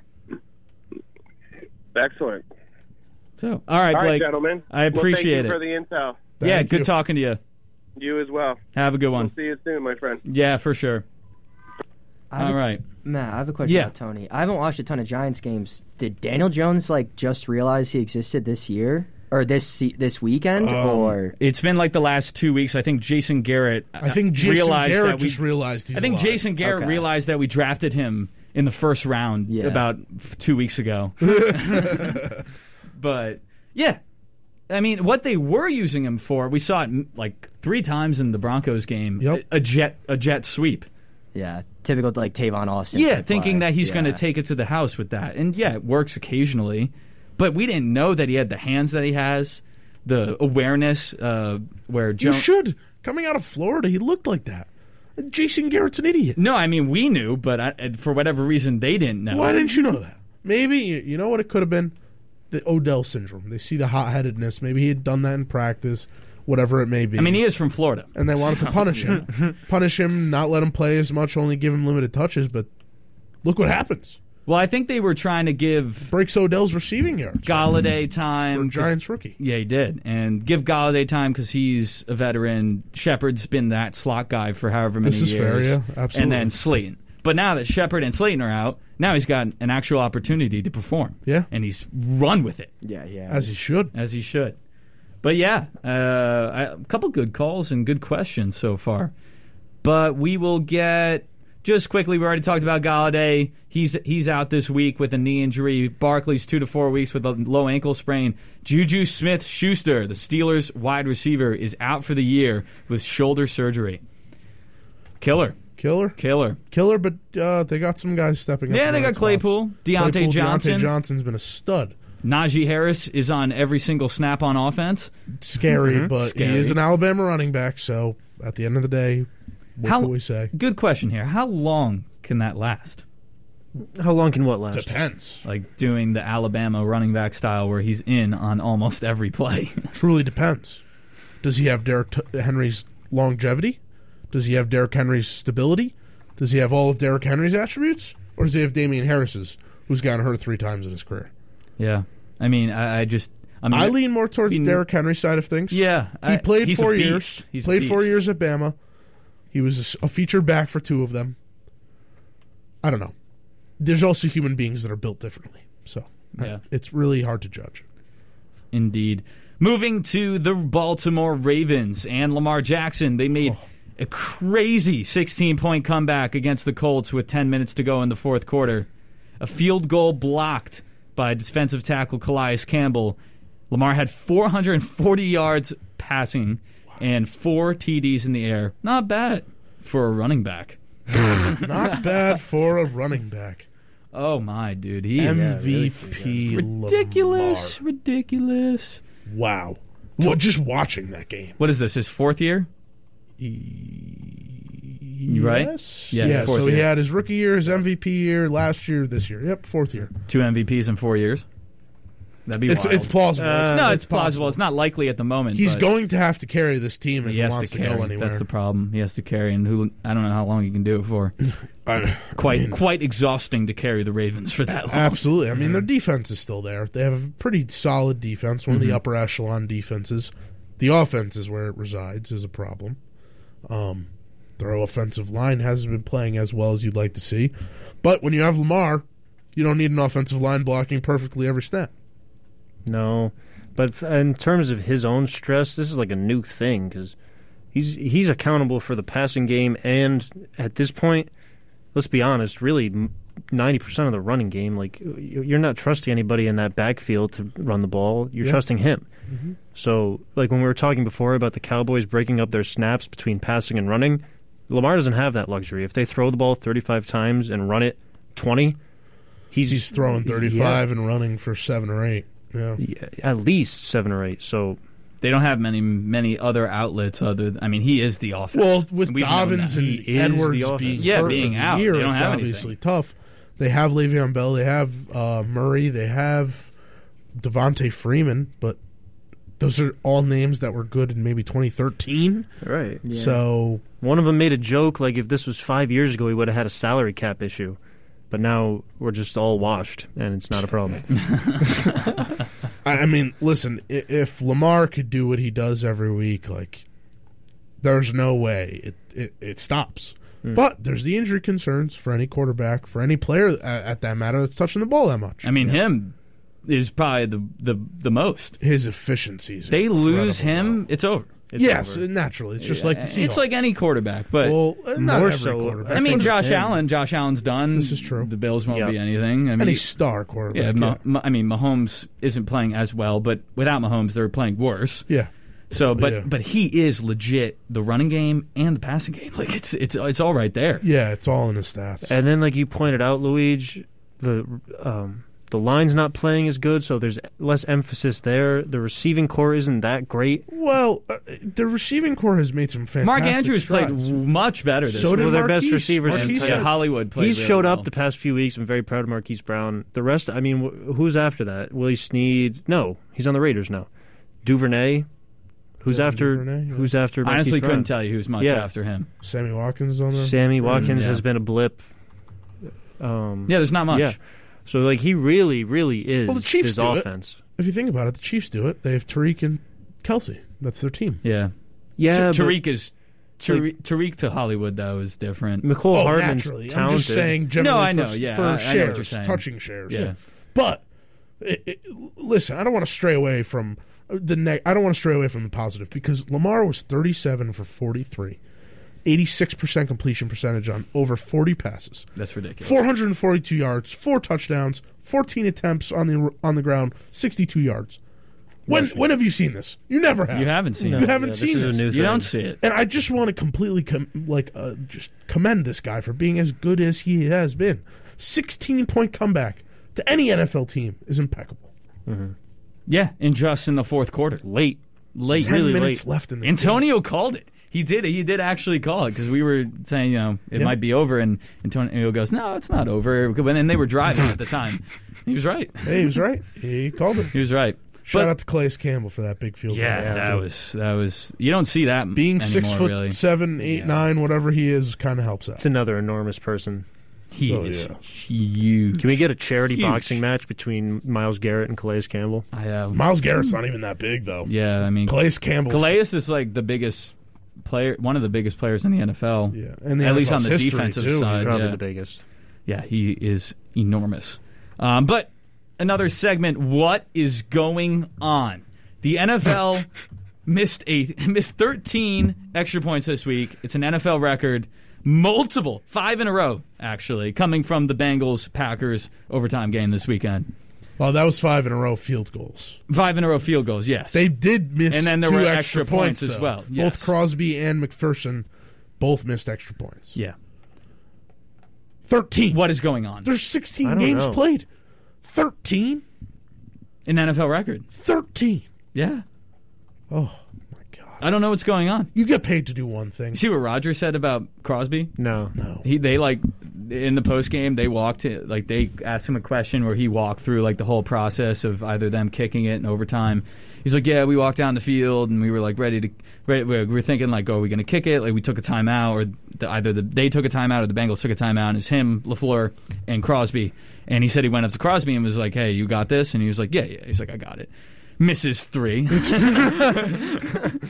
Speaker 8: Excellent.
Speaker 1: So, all right,
Speaker 8: All right,
Speaker 1: Blake.
Speaker 8: gentlemen.
Speaker 1: I
Speaker 8: well,
Speaker 1: appreciate
Speaker 8: thank
Speaker 1: it.
Speaker 8: you for the intel.
Speaker 1: yeah,
Speaker 2: Thank
Speaker 1: good
Speaker 2: you.
Speaker 1: talking to you.
Speaker 8: You as well.
Speaker 1: Have a good one.
Speaker 8: See you soon, my friend.
Speaker 1: Yeah, for sure.
Speaker 4: I have
Speaker 1: All
Speaker 4: a-
Speaker 1: right.
Speaker 4: Matt, I have a question
Speaker 1: Yeah.
Speaker 4: about Tony. I haven't watched a ton of Giants games. Did Daniel Jones like just realize he existed this year or this se- this weekend or
Speaker 1: It's been like the last two weeks. I think Jason Garrett.
Speaker 2: I think Jason
Speaker 1: realized
Speaker 2: Garrett
Speaker 1: that we,
Speaker 2: just realized he's.
Speaker 1: I think
Speaker 2: alive.
Speaker 1: Jason Garrett
Speaker 4: Okay.
Speaker 1: realized that we drafted him in the first round
Speaker 4: Yeah.
Speaker 1: about f- two weeks ago. but yeah, I mean, what they were using him for, we saw it m- like three times in the Broncos game.
Speaker 2: Yep.
Speaker 1: A, a jet, a jet sweep.
Speaker 4: yeah, typical like Tavon Austin.
Speaker 1: Yeah,
Speaker 4: type
Speaker 1: thinking
Speaker 4: play.
Speaker 1: that he's going to
Speaker 4: Yeah.
Speaker 1: take it to the house with that. And yeah, it works occasionally, but we didn't know that he had the hands that he has, the awareness uh, where
Speaker 2: You
Speaker 1: Jones.
Speaker 2: should coming out of Florida. He looked like that. Jason Garrett's an idiot.
Speaker 1: no, I mean we knew, but I, and for whatever reason they didn't know.
Speaker 2: Why didn't you know that? Maybe you you know what it could have been? The Odell syndrome. They see the hot headedness. Maybe he had done that in practice, whatever it may be.
Speaker 1: I mean, he is from Florida.
Speaker 2: and they wanted
Speaker 1: Oh,
Speaker 2: to punish him, punish him, not let him play as much, only give him limited touches. But look what happens:
Speaker 1: Well, I think they were trying to give
Speaker 2: breaks Odell's receiving yards.
Speaker 1: Galladay
Speaker 2: Mm-hmm. for
Speaker 1: time. 'cause-
Speaker 2: Giants rookie.
Speaker 1: Yeah, he did, and give Galladay time because he's a veteran. Shepard's been that slot guy for however many
Speaker 2: This is fair,
Speaker 1: years.
Speaker 2: yeah,
Speaker 1: And
Speaker 2: absolutely.
Speaker 1: then Slayton. But now that Shepard and Slayton are out, now he's got an actual opportunity to perform.
Speaker 2: Yeah.
Speaker 1: and he's run with it
Speaker 4: yeah, yeah.
Speaker 2: As he should.
Speaker 1: as he should. But yeah, uh, I- a couple good calls and good questions so far. But we will get just quickly, we already talked about Galladay. He's he's out this week with a knee injury. Barkley's two to four weeks with a low ankle sprain. Juju Smith Schuster, the Steelers wide receiver, is out for the year with shoulder surgery. Killer,
Speaker 2: Killer,
Speaker 1: killer.
Speaker 2: killer, but uh, they got some guys stepping up.
Speaker 1: Yeah,
Speaker 2: in
Speaker 1: they
Speaker 2: their
Speaker 1: got
Speaker 2: spots.
Speaker 1: Claypool, Deontay Johnson.
Speaker 2: Deontay Johnson's been a stud.
Speaker 1: Najee Harris is on every single snap on offense.
Speaker 2: Scary, but
Speaker 1: Mm-hmm. Scary.
Speaker 2: he is an Alabama running back. So at the end of the day, what
Speaker 1: How-
Speaker 2: can we say?
Speaker 1: Good question here. How long can that last?
Speaker 3: How long can what last?
Speaker 2: Depends.
Speaker 1: Like doing the Alabama running back style where he's in on almost every play.
Speaker 2: Truly depends. Does he have Derrick T- Henry's longevity? Does he have Derrick Henry's stability? Does he have all of Derrick Henry's attributes, or does he have Damian Harris's, who's gotten hurt three times in his career?
Speaker 1: yeah. I mean, I, I just. I, mean,
Speaker 2: I lean more towards
Speaker 1: I mean,
Speaker 2: Derrick Henry's side of things.
Speaker 1: Yeah.
Speaker 2: He
Speaker 1: I-
Speaker 2: played
Speaker 1: he's a
Speaker 2: four
Speaker 1: beast.
Speaker 2: years.
Speaker 1: He's a
Speaker 2: played four
Speaker 1: beast.
Speaker 2: years at Bama. He was a s- a featured back for two of them. I don't know. There's also human beings that are built differently, so uh,
Speaker 1: Yeah.
Speaker 2: it's really hard to judge.
Speaker 1: Indeed. Moving to the Baltimore Ravens and Lamar Jackson, they made a crazy 16 point comeback against the Colts with 10 minutes to go in the fourth quarter. A field goal blocked by defensive tackle Calais Campbell. Lamar had 440 yards passing and four TDs in the air. Not bad for a running back.
Speaker 2: Not bad for a running back.
Speaker 1: Oh my dude, he is
Speaker 2: MVP
Speaker 1: ridiculous, ridiculous.
Speaker 2: Lamar. Wow. Well, just watching that game.
Speaker 1: What is this? His fourth year? right?
Speaker 2: Yes.
Speaker 1: Yeah,
Speaker 2: Yeah.
Speaker 1: fourth
Speaker 2: so he
Speaker 1: year.
Speaker 2: had his rookie year, his MVP year, last year, this year. Yep, fourth year.
Speaker 1: two MVPs in four years. That'd be
Speaker 2: It's
Speaker 1: wild.
Speaker 2: it's plausible.
Speaker 3: Uh,
Speaker 1: no, it's plausible. It's not likely at the moment.
Speaker 2: He's
Speaker 1: but
Speaker 2: going to have to carry this team if
Speaker 1: He
Speaker 2: he,
Speaker 1: has to
Speaker 2: wants to, go
Speaker 1: carry.
Speaker 2: anywhere.
Speaker 1: That's the problem. He has to carry, and who I don't know how long he can do it for.
Speaker 2: I-
Speaker 1: Quite
Speaker 2: I mean,
Speaker 1: quite exhausting to carry the Ravens for that long.
Speaker 2: Absolutely. I mean, their defense is still there. They have a pretty solid defense, one of the upper echelon defenses. The offense is where it resides is a problem. Um, their offensive line hasn't been playing as well as you'd like to see, but when you have Lamar, you don't need an offensive line blocking perfectly every snap.
Speaker 3: No, but f- in terms of his own stress, this is like a new thing because he's he's accountable for the passing game, and at this point, let's be honest, really. Ninety percent of the running game, like y- you're not trusting anybody in that backfield to run the ball. You're
Speaker 2: Yeah. Mm-hmm.
Speaker 3: trusting him. So, like when we were talking before about the Cowboys breaking up their snaps between passing and running, Lamar doesn't have that luxury. If they throw the ball 35 times and run it 20, he's
Speaker 2: He's throwing
Speaker 3: yeah.
Speaker 2: 35 and running for 7 or 8. Yeah.
Speaker 3: Yeah, at least seven or eight. So
Speaker 1: They don't have many many other outlets other. Th- I mean, he is the offense.
Speaker 2: Well, with
Speaker 1: We've known
Speaker 2: Dobbins
Speaker 1: that.
Speaker 2: and
Speaker 3: He is the
Speaker 2: Edwards
Speaker 3: offense.
Speaker 2: being
Speaker 1: Yeah,
Speaker 2: hurt
Speaker 1: being
Speaker 2: for the
Speaker 1: out,
Speaker 2: year,
Speaker 1: they don't
Speaker 2: it's
Speaker 1: have
Speaker 2: obviously tough. They have Le'Veon Bell, they have uh, Murray, they have Devontae Freeman, but those are all names that were good in maybe 2013.
Speaker 3: right.
Speaker 2: So
Speaker 3: One of them made a joke like if this was five years ago, he would have had a salary cap issue, but now we're just all washed and it's not a problem.
Speaker 2: I, I mean, listen, i- if Lamar could do what he does every week, like there's no way it it, it stops. But there's the injury concerns for any quarterback, for any player at, at that matter that's touching the ball that much.
Speaker 1: I mean, him is probably the the the most.
Speaker 2: his efficiencies.
Speaker 1: They lose him, it's over. It's
Speaker 2: yes, uh,
Speaker 1: over.
Speaker 2: naturally. It's just like the Seahawks.
Speaker 1: it's like any quarterback, but.
Speaker 2: well, uh, not
Speaker 3: More
Speaker 2: every
Speaker 3: so,
Speaker 2: quarterback.
Speaker 1: I mean,
Speaker 3: think it's
Speaker 1: Josh
Speaker 3: him.
Speaker 1: Allen. Josh Allen's done.
Speaker 2: This is true.
Speaker 1: The Bills won't
Speaker 3: Yeah.
Speaker 1: be anything. I mean,
Speaker 2: any star quarterback.
Speaker 1: Yeah,
Speaker 2: Yeah,
Speaker 1: Ma- Ma- I mean Mahomes isn't playing as well, but without Mahomes, they're playing worse.
Speaker 2: yeah.
Speaker 1: So, but
Speaker 2: Yeah.
Speaker 1: but he is legit the running game and the passing game. Like it's it's it's all right there.
Speaker 2: Yeah, it's all in his stats.
Speaker 3: and then, like you pointed out, Luigi, the um, the line's not playing as good, so there's less emphasis there. The receiving core isn't that great.
Speaker 2: well, uh, the receiving core has made some fantastic
Speaker 1: Mark Andrews played
Speaker 2: strides.
Speaker 1: much better this
Speaker 2: So
Speaker 1: week.
Speaker 2: did
Speaker 3: One of their best
Speaker 2: Marquise.
Speaker 3: receivers in
Speaker 2: Marquise
Speaker 3: the
Speaker 1: Yeah,
Speaker 3: had-
Speaker 1: Hollywood played.
Speaker 3: He's
Speaker 1: really
Speaker 3: showed up
Speaker 1: well.
Speaker 3: the past few weeks. I'm very proud of Marquise Brown. The rest, I mean, wh- who's after that? Willie Sneed? No, he's on the Raiders now. Duvernay, who's
Speaker 2: Devin
Speaker 3: after?
Speaker 2: Duvernay, yeah.
Speaker 3: Who's after?
Speaker 1: I
Speaker 3: Marquise
Speaker 1: honestly
Speaker 3: Brown?
Speaker 1: couldn't tell you who's much
Speaker 3: Yeah.
Speaker 1: after him.
Speaker 2: Sammy Watkins on there.
Speaker 3: Sammy Watkins
Speaker 1: yeah.
Speaker 3: has been a blip. Um,
Speaker 1: Yeah, there's not much.
Speaker 3: yeah. So like he really, really is
Speaker 2: Well, the Chiefs
Speaker 3: his
Speaker 2: do it.
Speaker 3: offense.
Speaker 2: if you think about it, the Chiefs do it. They have Tariq and Kelsey. That's their team.
Speaker 1: Yeah.
Speaker 3: Yeah,
Speaker 1: Ta- Tariq is Tariq, Tariq to Hollywood though is different.
Speaker 3: but Nicole
Speaker 2: oh,
Speaker 3: Hardman's
Speaker 2: naturally.
Speaker 3: talented.
Speaker 2: I'm just saying generally
Speaker 1: No, I
Speaker 2: for-
Speaker 1: know,
Speaker 2: for,
Speaker 1: yeah, I- I know what you're
Speaker 2: shares,
Speaker 1: saying.
Speaker 2: touching shares.
Speaker 1: Yeah.
Speaker 2: But it, it, listen, I don't want to stray away from uh, the ne- I don't want to stray away from the positive because Lamar was 37 for 43. 86% completion percentage on over 40 passes.
Speaker 1: That's ridiculous.
Speaker 2: 442 yards, four touchdowns, 14 attempts on the on the ground, 62 yards. When when have you seen this? You never have.
Speaker 1: You haven't seen
Speaker 2: You
Speaker 1: it.
Speaker 2: haven't
Speaker 3: yeah, this
Speaker 2: seen
Speaker 3: is a
Speaker 2: this.
Speaker 3: new
Speaker 1: You don't
Speaker 3: thing.
Speaker 1: see it.
Speaker 2: and I just want to completely com- like uh, just commend this guy for being as good as he has been. 16 point comeback to any NFL team is impeccable.
Speaker 1: Yeah, and just in the fourth quarter, late, late,
Speaker 2: 10
Speaker 1: really
Speaker 2: minutes
Speaker 1: late.
Speaker 2: left in the
Speaker 1: Antonio called it. He did. He did actually call it because we were saying, you know, it
Speaker 2: Yeah.
Speaker 1: might be over, and Antonio goes, "No, it's not over." And they were driving at the time. He was right.
Speaker 2: Hey, he was right. He called it.
Speaker 1: He was right.
Speaker 2: Shout
Speaker 1: But-
Speaker 2: out to Clay's Campbell for that big field.
Speaker 1: Yeah,
Speaker 2: goal.
Speaker 1: that
Speaker 2: too.
Speaker 1: was that was. You don't see that
Speaker 2: being
Speaker 1: anymore,
Speaker 2: six foot
Speaker 1: Really.
Speaker 2: seven, eight,
Speaker 1: Yeah.
Speaker 2: nine, whatever he is, kind of helps out.
Speaker 3: It's another enormous person.
Speaker 1: He
Speaker 2: Oh,
Speaker 1: is
Speaker 2: yeah.
Speaker 1: huge.
Speaker 3: Can we get a charity
Speaker 1: Huge.
Speaker 3: boxing match between Miles Garrett and Calais Campbell?
Speaker 1: I, uh,
Speaker 2: Miles Garrett's not even that big though.
Speaker 1: yeah, I mean,
Speaker 2: Clay's Campbell.
Speaker 1: Calais is like the biggest player, one of the biggest players in the NFL.
Speaker 2: Yeah, and the
Speaker 1: at least on
Speaker 2: NFL's
Speaker 1: the
Speaker 2: history,
Speaker 1: defensive
Speaker 2: too.
Speaker 1: side.
Speaker 3: Probably
Speaker 1: yeah.
Speaker 3: the biggest.
Speaker 1: Yeah, he is enormous. Um, but another segment. What is going on? The NFL missed a missed 13 extra points this week. It's an NFL record. Multiple, five in a row, actually, coming from the Bengals Packers overtime game this weekend.
Speaker 2: Well, Oh, that was five in a row field goals.
Speaker 1: Five in a row field goals. Yes,
Speaker 2: They did miss
Speaker 1: And then there
Speaker 2: two
Speaker 1: were
Speaker 2: extra,
Speaker 1: extra points as
Speaker 2: though.
Speaker 1: well, yes.
Speaker 2: Both Crosby and McPherson both missed extra points.
Speaker 1: yeah.
Speaker 2: Thirteen.
Speaker 1: What is going on?
Speaker 2: There's 16
Speaker 3: I don't
Speaker 2: games
Speaker 3: know.
Speaker 2: played. 13?
Speaker 1: An NFL record.
Speaker 2: 13.
Speaker 1: Yeah,
Speaker 2: Oh my god.
Speaker 1: I don't know what's going on.
Speaker 2: You get paid to do one thing.
Speaker 1: You see what Roger said about Crosby?
Speaker 3: No.
Speaker 2: No.
Speaker 1: He they like in the post game they walked it like they asked him a question where he walked through like the whole process of either them kicking it in overtime. He's like, yeah, we walked down the field and we were like ready to. Ready, we were thinking like, oh, are we going to kick it? Like we took a timeout, or the, either the, they took a timeout or the Bengals took a timeout. And it was him, Lafleur, and Crosby. And he said he went up to Crosby and was like, hey, you got this? And he was like, yeah, yeah. He's like, I got it. Misses three.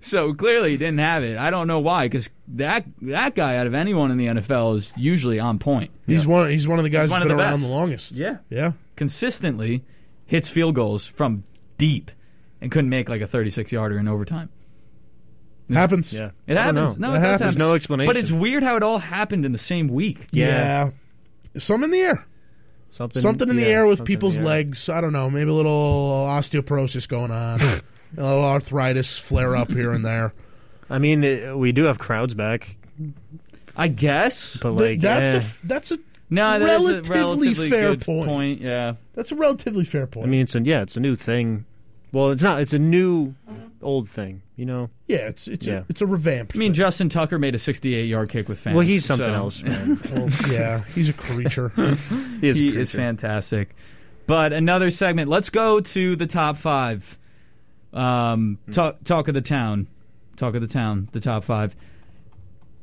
Speaker 1: So clearly he didn't have it. I don't know why, because that that guy out of anyone in the NFL is usually on point.
Speaker 2: He's one he's one of the guys
Speaker 1: one
Speaker 2: that's
Speaker 1: of
Speaker 2: been
Speaker 1: the
Speaker 2: around
Speaker 1: best.
Speaker 2: the longest.
Speaker 1: Yeah.
Speaker 2: Yeah.
Speaker 1: Consistently hits field goals from deep and couldn't make like a 36 yarder in overtime.
Speaker 2: Happens.
Speaker 3: Yeah.
Speaker 1: It
Speaker 3: I don't
Speaker 1: happens.
Speaker 3: know.
Speaker 1: No, it
Speaker 2: That
Speaker 1: does
Speaker 2: happens.
Speaker 1: happen.
Speaker 2: There's
Speaker 3: no explanation.
Speaker 1: But it's weird how it all happened in the same week.
Speaker 2: Yeah.
Speaker 3: Yeah.
Speaker 2: Some in the air.
Speaker 3: Something,
Speaker 2: Something in the
Speaker 3: yeah,
Speaker 2: air with
Speaker 3: something in
Speaker 2: people's
Speaker 3: the air.
Speaker 2: legs. I don't know. Maybe a little osteoporosis going on. a little arthritis flare up here and there.
Speaker 3: I mean, it, we do have crowds back,
Speaker 1: I guess.
Speaker 3: but
Speaker 2: Th-
Speaker 3: like,
Speaker 2: that's
Speaker 3: eh.
Speaker 2: a f- that's a
Speaker 1: No, that's a
Speaker 2: Relatively
Speaker 1: relatively
Speaker 2: fair
Speaker 1: good
Speaker 2: point.
Speaker 1: Yeah.
Speaker 2: that's a relatively fair point.
Speaker 3: I mean, it's a, yeah, it's a new thing. Well, it's not. It's a new old thing, you know.
Speaker 2: yeah, it's it's
Speaker 3: Yeah.
Speaker 2: a, it's a revamp.
Speaker 1: I mean, Justin Tucker made a 68 yard kick with fans.
Speaker 3: well, he's something
Speaker 1: so-
Speaker 3: else, man.
Speaker 2: Well, yeah, he's a creature.
Speaker 3: He is, a
Speaker 1: he
Speaker 3: creature.
Speaker 1: is fantastic. But another segment. Let's go to the top five. Um,
Speaker 2: Hmm.
Speaker 1: talk, talk of the town. Talk of the town. The top five.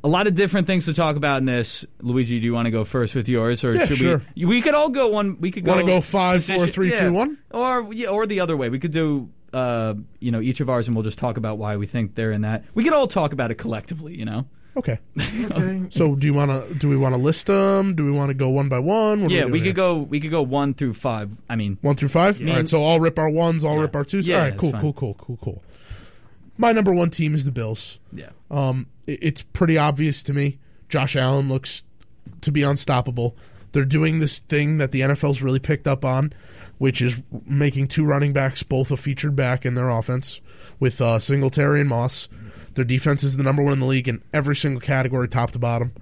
Speaker 1: A lot of different things to talk about in this. Luigi, do you want to go first with yours, or
Speaker 2: Yeah,
Speaker 1: should
Speaker 2: sure.
Speaker 1: we? We could all go one. We could
Speaker 2: Wanna
Speaker 1: go
Speaker 2: go five,
Speaker 1: position-
Speaker 2: four, three, two,
Speaker 1: yeah.
Speaker 2: one?
Speaker 1: or yeah, or the other way. We could do. Uh, you know, each of ours, and we'll just talk about why we think they're in that. We could all talk about it collectively. You know,
Speaker 2: Okay. So do you want to? Do we want to list them? Do we want to go one by one? What are
Speaker 1: yeah,
Speaker 2: doing
Speaker 1: we
Speaker 2: here?
Speaker 1: could go. We could go one through five. I mean,
Speaker 2: one through five. All right. So I'll rip our ones. I'll rip our twos.
Speaker 1: Yeah,
Speaker 2: All right.
Speaker 1: that's
Speaker 2: Cool.
Speaker 1: fine.
Speaker 2: Cool. Cool. Cool. Cool. My number one team is the Bills.
Speaker 1: yeah,
Speaker 2: Um, it- it's pretty obvious to me. Josh Allen looks to be unstoppable. They're doing this thing that the NFL's really picked up on, which is making two running backs both a featured back in their offense with uh, Singletary and Moss. Their defense is the number one in the league in every single category, top to bottom.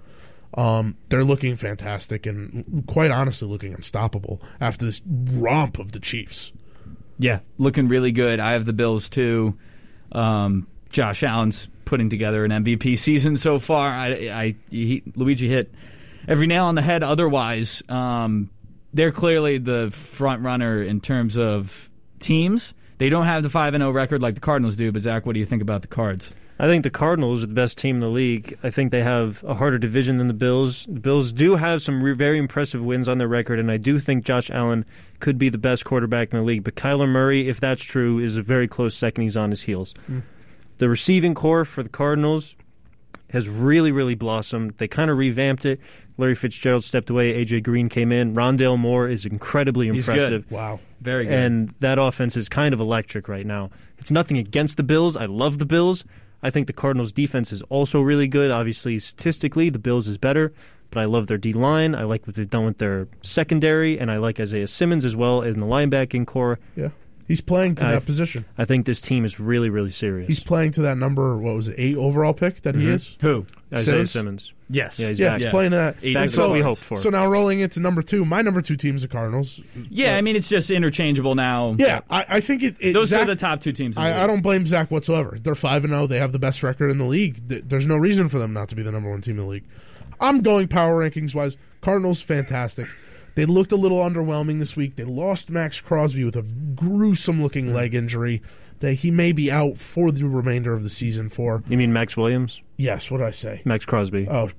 Speaker 2: Um, they're looking fantastic and quite honestly looking unstoppable after this romp of the Chiefs.
Speaker 1: Yeah, looking really good. I have the Bills too. Um, Josh Allen's putting together an MVP season so far. I, I he, Luigi hit every nail on the head. Otherwise, um, they're clearly the front runner in terms of teams. They don't have the five and zero record like the Cardinals do. But Zach, what do you think about the Cards?
Speaker 3: I think the Cardinals are the best team in the league. I think they have a harder division than the Bills. The Bills do have some re- very impressive wins on their record, and I do think Josh Allen could be the best quarterback in the league. But Kyler Murray, if that's true, is a very close second. He's on his heels.
Speaker 1: Hmm.
Speaker 3: The receiving core for the Cardinals has really, really blossomed. They kind of revamped it. Larry Fitzgerald stepped away. A.J. Green came in. Rondale Moore is incredibly
Speaker 1: He's good.
Speaker 3: impressive
Speaker 2: Wow.
Speaker 1: Very good.
Speaker 3: and that offense is kind of electric right now. It's nothing against the Bills. I love the Bills. I think the Cardinals' defense is also really good. Obviously, statistically, the Bills is better, but I love their D line. I like what they've done with their secondary, and I like Isaiah Simmons as well in the linebacking core.
Speaker 2: Yeah. He's playing to
Speaker 3: I-
Speaker 2: that position.
Speaker 3: I think this team is really, really serious.
Speaker 2: He's playing to that number, what was it, eight overall pick that he is?
Speaker 1: Who?
Speaker 3: Isaiah
Speaker 2: Simmons?
Speaker 3: Simmons.
Speaker 1: Yes.
Speaker 3: Yeah, he's
Speaker 2: Yeah,
Speaker 3: back.
Speaker 2: he's playing to that.
Speaker 1: Eight
Speaker 2: And
Speaker 1: is
Speaker 3: what
Speaker 2: so-
Speaker 3: we hoped for.
Speaker 2: So now rolling into number two, my number two team's the Cardinals.
Speaker 1: Yeah, I mean it's just interchangeable now.
Speaker 2: Yeah, I, I think it. it
Speaker 1: Those
Speaker 2: Zach-
Speaker 1: are the top two teams. in the
Speaker 2: I, I
Speaker 1: league.
Speaker 2: don't blame Zach whatsoever. They're five and zero. They have the best record in the league. Th- There's no reason for them not to be the number one team in the league. I'm going power rankings wise. Cardinals fantastic. They looked a little underwhelming this week. They lost Max Crosby with a gruesome
Speaker 1: Mm.
Speaker 2: looking leg injury that he may be out for the remainder of the season for.
Speaker 3: You mean Max Williams?
Speaker 2: Yes, what did I say?
Speaker 3: Max Crosby.
Speaker 2: Oh,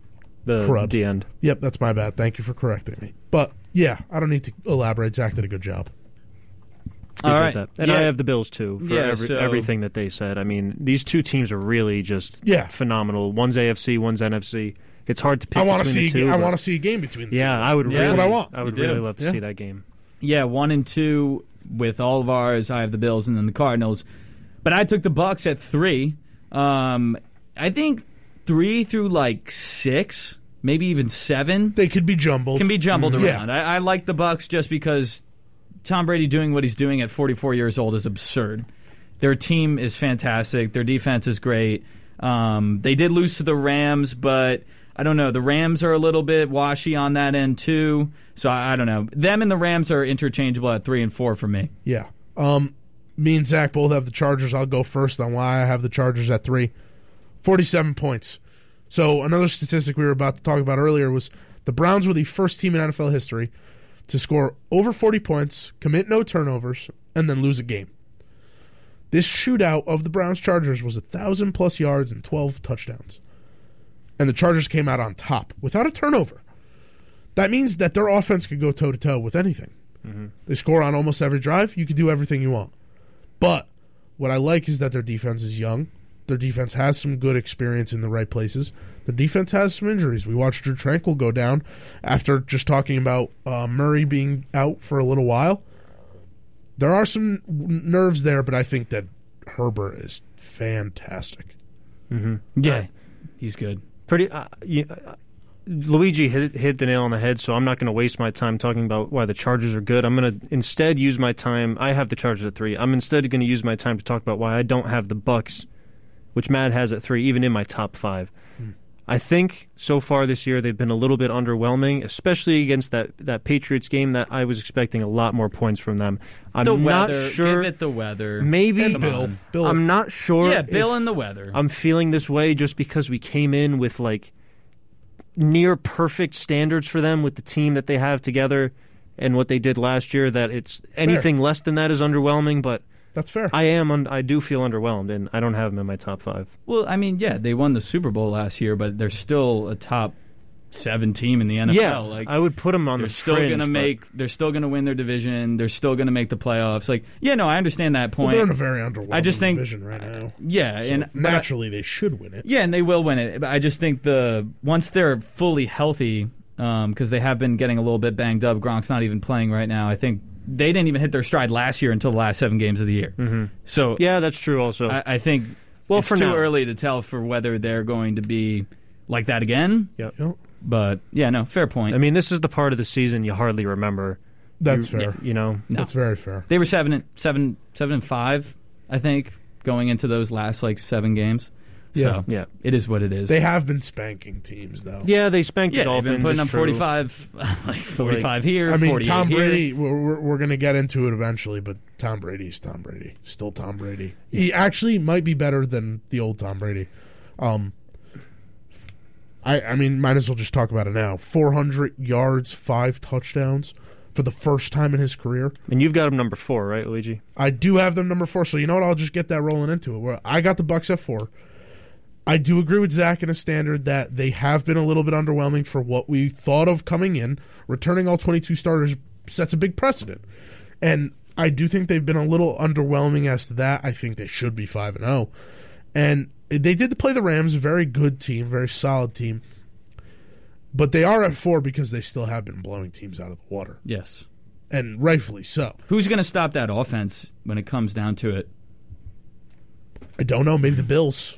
Speaker 3: the
Speaker 2: crud.
Speaker 3: D end.
Speaker 2: yep, that's my bad. Thank you for correcting me. But yeah, I don't need to elaborate. Zach did a good job.
Speaker 1: All
Speaker 3: Appreciate
Speaker 1: right.
Speaker 3: that. And
Speaker 1: Yeah.
Speaker 3: I have the Bills too for
Speaker 1: Yeah,
Speaker 3: every,
Speaker 1: so-
Speaker 3: everything that they said. I mean, these two teams are really just
Speaker 2: Yeah.
Speaker 3: phenomenal. One's AFC, one's NFC. It's hard to pick
Speaker 2: I want to
Speaker 3: between
Speaker 2: see.
Speaker 3: the two.
Speaker 2: I
Speaker 3: but-
Speaker 2: want to see a game between. The
Speaker 3: Yeah, I would.
Speaker 1: Yeah.
Speaker 3: Really,
Speaker 1: That's what I
Speaker 2: want.
Speaker 3: I would
Speaker 1: You do.
Speaker 3: really love to
Speaker 2: Yeah.
Speaker 3: see that game.
Speaker 1: Yeah, one and two with all of ours. I have the Bills and then the Cardinals, but I took the Bucks at three. Um, I think three through like six, maybe even seven,
Speaker 2: They could be jumbled.
Speaker 1: can be jumbled
Speaker 3: Mm-hmm.
Speaker 2: Yeah.
Speaker 1: around. I, I like the Bucks just because Tom Brady doing what he's doing at 44 years old is absurd. Their team is fantastic. Their defense is great. Um, they did lose to the Rams, but I don't know. The Rams are a little bit washy on that end too. So I, I don't know. Them and the Rams are interchangeable at three and four for me.
Speaker 2: Yeah. Um, me and Zach both have the Chargers. I'll go first on why I have the Chargers at three. 47 points. So another statistic we were about to talk about earlier was the Browns were the first team in NFL history to score over 40 points, commit no turnovers, and then lose a game. This shootout of the Browns Chargers was a thousand plus yards and 12 touchdowns. And the Chargers came out on top without a turnover. That means that their offense could go toe to toe with anything. They score on almost every drive. You can do everything you want. But what I like is that their defense is young. Their defense has some good experience in the right places. Their defense has some injuries. We watched Drew Tranquil go down after just talking about uh, Murray being out for a little while. There are some n- nerves there, but I think that Herbert is fantastic.
Speaker 1: Yeah, he's good.
Speaker 3: Pretty. Uh, you, uh, Luigi hit, hit the nail on the head, so I'm not going to waste my time talking about why the Chargers are good. I'm going to instead use my time. I have the Chargers at three. I'm instead going to use my time to talk about why I don't have the Bucks, which Matt has at three, even in my top five.
Speaker 1: Hmm.
Speaker 3: I think so far this year they've been a little bit underwhelming, especially against that, that Patriots game. That I was expecting a lot more points from them. I'm
Speaker 1: The
Speaker 3: not
Speaker 1: weather.
Speaker 3: sure.
Speaker 1: Give it the weather.
Speaker 3: Maybe
Speaker 2: And Bill. Bill.
Speaker 3: I'm not sure.
Speaker 1: yeah,
Speaker 3: if-
Speaker 1: Bill and the weather.
Speaker 3: I'm feeling this way just because we came in with like near perfect standards for them with the team that they have together and what they did last year. That it's anything less than that is underwhelming. But
Speaker 2: That's fair.
Speaker 3: I am, un- I do feel underwhelmed, and I don't have them in my top five.
Speaker 1: well, I mean, yeah, they won the Super Bowl last year, but they're still a top seven team in the NFL.
Speaker 3: yeah,
Speaker 1: like
Speaker 3: I would put them on
Speaker 1: they're
Speaker 3: the
Speaker 1: still
Speaker 3: fringe,
Speaker 1: gonna
Speaker 3: but
Speaker 1: make they're still gonna win their division they're still gonna make the playoffs like yeah no i understand that
Speaker 2: Well,
Speaker 1: point
Speaker 2: they're in a very underwhelming
Speaker 1: I just think-
Speaker 2: division right now.
Speaker 1: yeah and but I-
Speaker 2: Naturally, they should win it.
Speaker 1: yeah and they will win it but i just think the once they're fully healthy because they have been getting a little bit banged up gronk's not even playing right now i think they didn't even hit their stride last year until the last seven games of the year mm-hmm. so
Speaker 3: yeah, that's true. Also,
Speaker 1: I, I think
Speaker 3: Well,
Speaker 1: it's
Speaker 3: for
Speaker 1: too
Speaker 3: now.
Speaker 1: early to tell for whether they're going to be like that again
Speaker 2: You know,
Speaker 1: but yeah no fair point
Speaker 3: I mean, this is the part of the season you hardly remember.
Speaker 2: that's
Speaker 3: You-
Speaker 2: fair.
Speaker 3: You know,
Speaker 1: No.
Speaker 2: That's very fair.
Speaker 1: They were seven and seven seven and five, I think, going into those last like seven games. So
Speaker 3: Yeah.
Speaker 1: it is what it is.
Speaker 2: They have been spanking teams though.
Speaker 3: yeah, they spanked
Speaker 1: yeah,
Speaker 3: the Dolphins.
Speaker 1: they've been putting
Speaker 3: it's
Speaker 1: up
Speaker 3: true.
Speaker 1: forty five, like forty five here.
Speaker 2: I mean,
Speaker 1: 48
Speaker 2: Tom
Speaker 1: here.
Speaker 2: Brady. We're, we're, we're going to get into it eventually, but Tom Brady's Tom Brady. Still Tom Brady. He actually might be better than the old Tom Brady. Um, I I mean, might as well just talk about it now. Four hundred yards, five touchdowns for the first time in his career.
Speaker 3: and you've got them number four, right, Luigi?
Speaker 2: I do have them number four, so you know what? I'll just get that rolling into it. Where I got the Bucks at four. I do agree with Zach in a standard that they have been a little bit underwhelming for what we thought of coming in. Returning all 22 starters sets a big precedent. And I do think they've been a little underwhelming as to that. I think they should be 5 and 0. And they did play the Rams, a very good team, very solid team. But they are at 4 because they still have been blowing teams out of the water,
Speaker 1: Yes.
Speaker 2: and rightfully so.
Speaker 1: Who's going to stop that offense when it comes down to it?
Speaker 2: I don't know, maybe the Bills.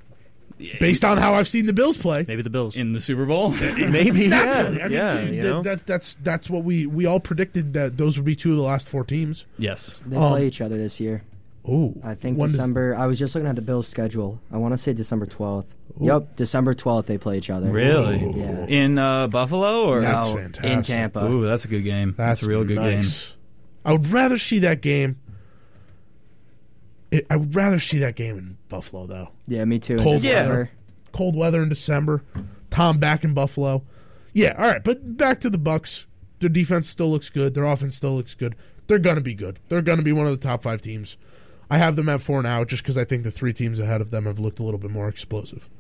Speaker 2: based on how I've seen the Bills play.
Speaker 3: Maybe the Bills.
Speaker 1: in the Super Bowl.
Speaker 3: Maybe
Speaker 2: Naturally,
Speaker 3: yeah,
Speaker 2: I mean,
Speaker 3: yeah, you
Speaker 2: th-
Speaker 3: know?
Speaker 2: that, that's that's what we we all predicted that those would be two of the last four teams.
Speaker 1: yes.
Speaker 4: They
Speaker 2: Um,
Speaker 4: play each other this year.
Speaker 2: Oh,
Speaker 4: I think December. I was just looking at the Bills' schedule. I want to say December 12th. Yep, December 12th they play each other.
Speaker 1: Really?
Speaker 4: Yeah.
Speaker 1: In uh, Buffalo or
Speaker 2: That's
Speaker 4: Oh, In
Speaker 2: fantastic.
Speaker 4: Tampa.
Speaker 1: Ooh, that's a good game. That's, a real good game.
Speaker 2: nice. I would rather see that game. It, I would rather see that game in Buffalo though.
Speaker 4: Yeah, me too. in
Speaker 2: Cold
Speaker 4: December.
Speaker 2: Cold weather in December. Tom back in Buffalo. Yeah, all right. But back to the Bucks. Their defense still looks good. Their offense still looks good. They're gonna be good. They're gonna be one of the top five teams. I have them at four now, just because I think the three teams ahead of them have looked a little bit more explosive,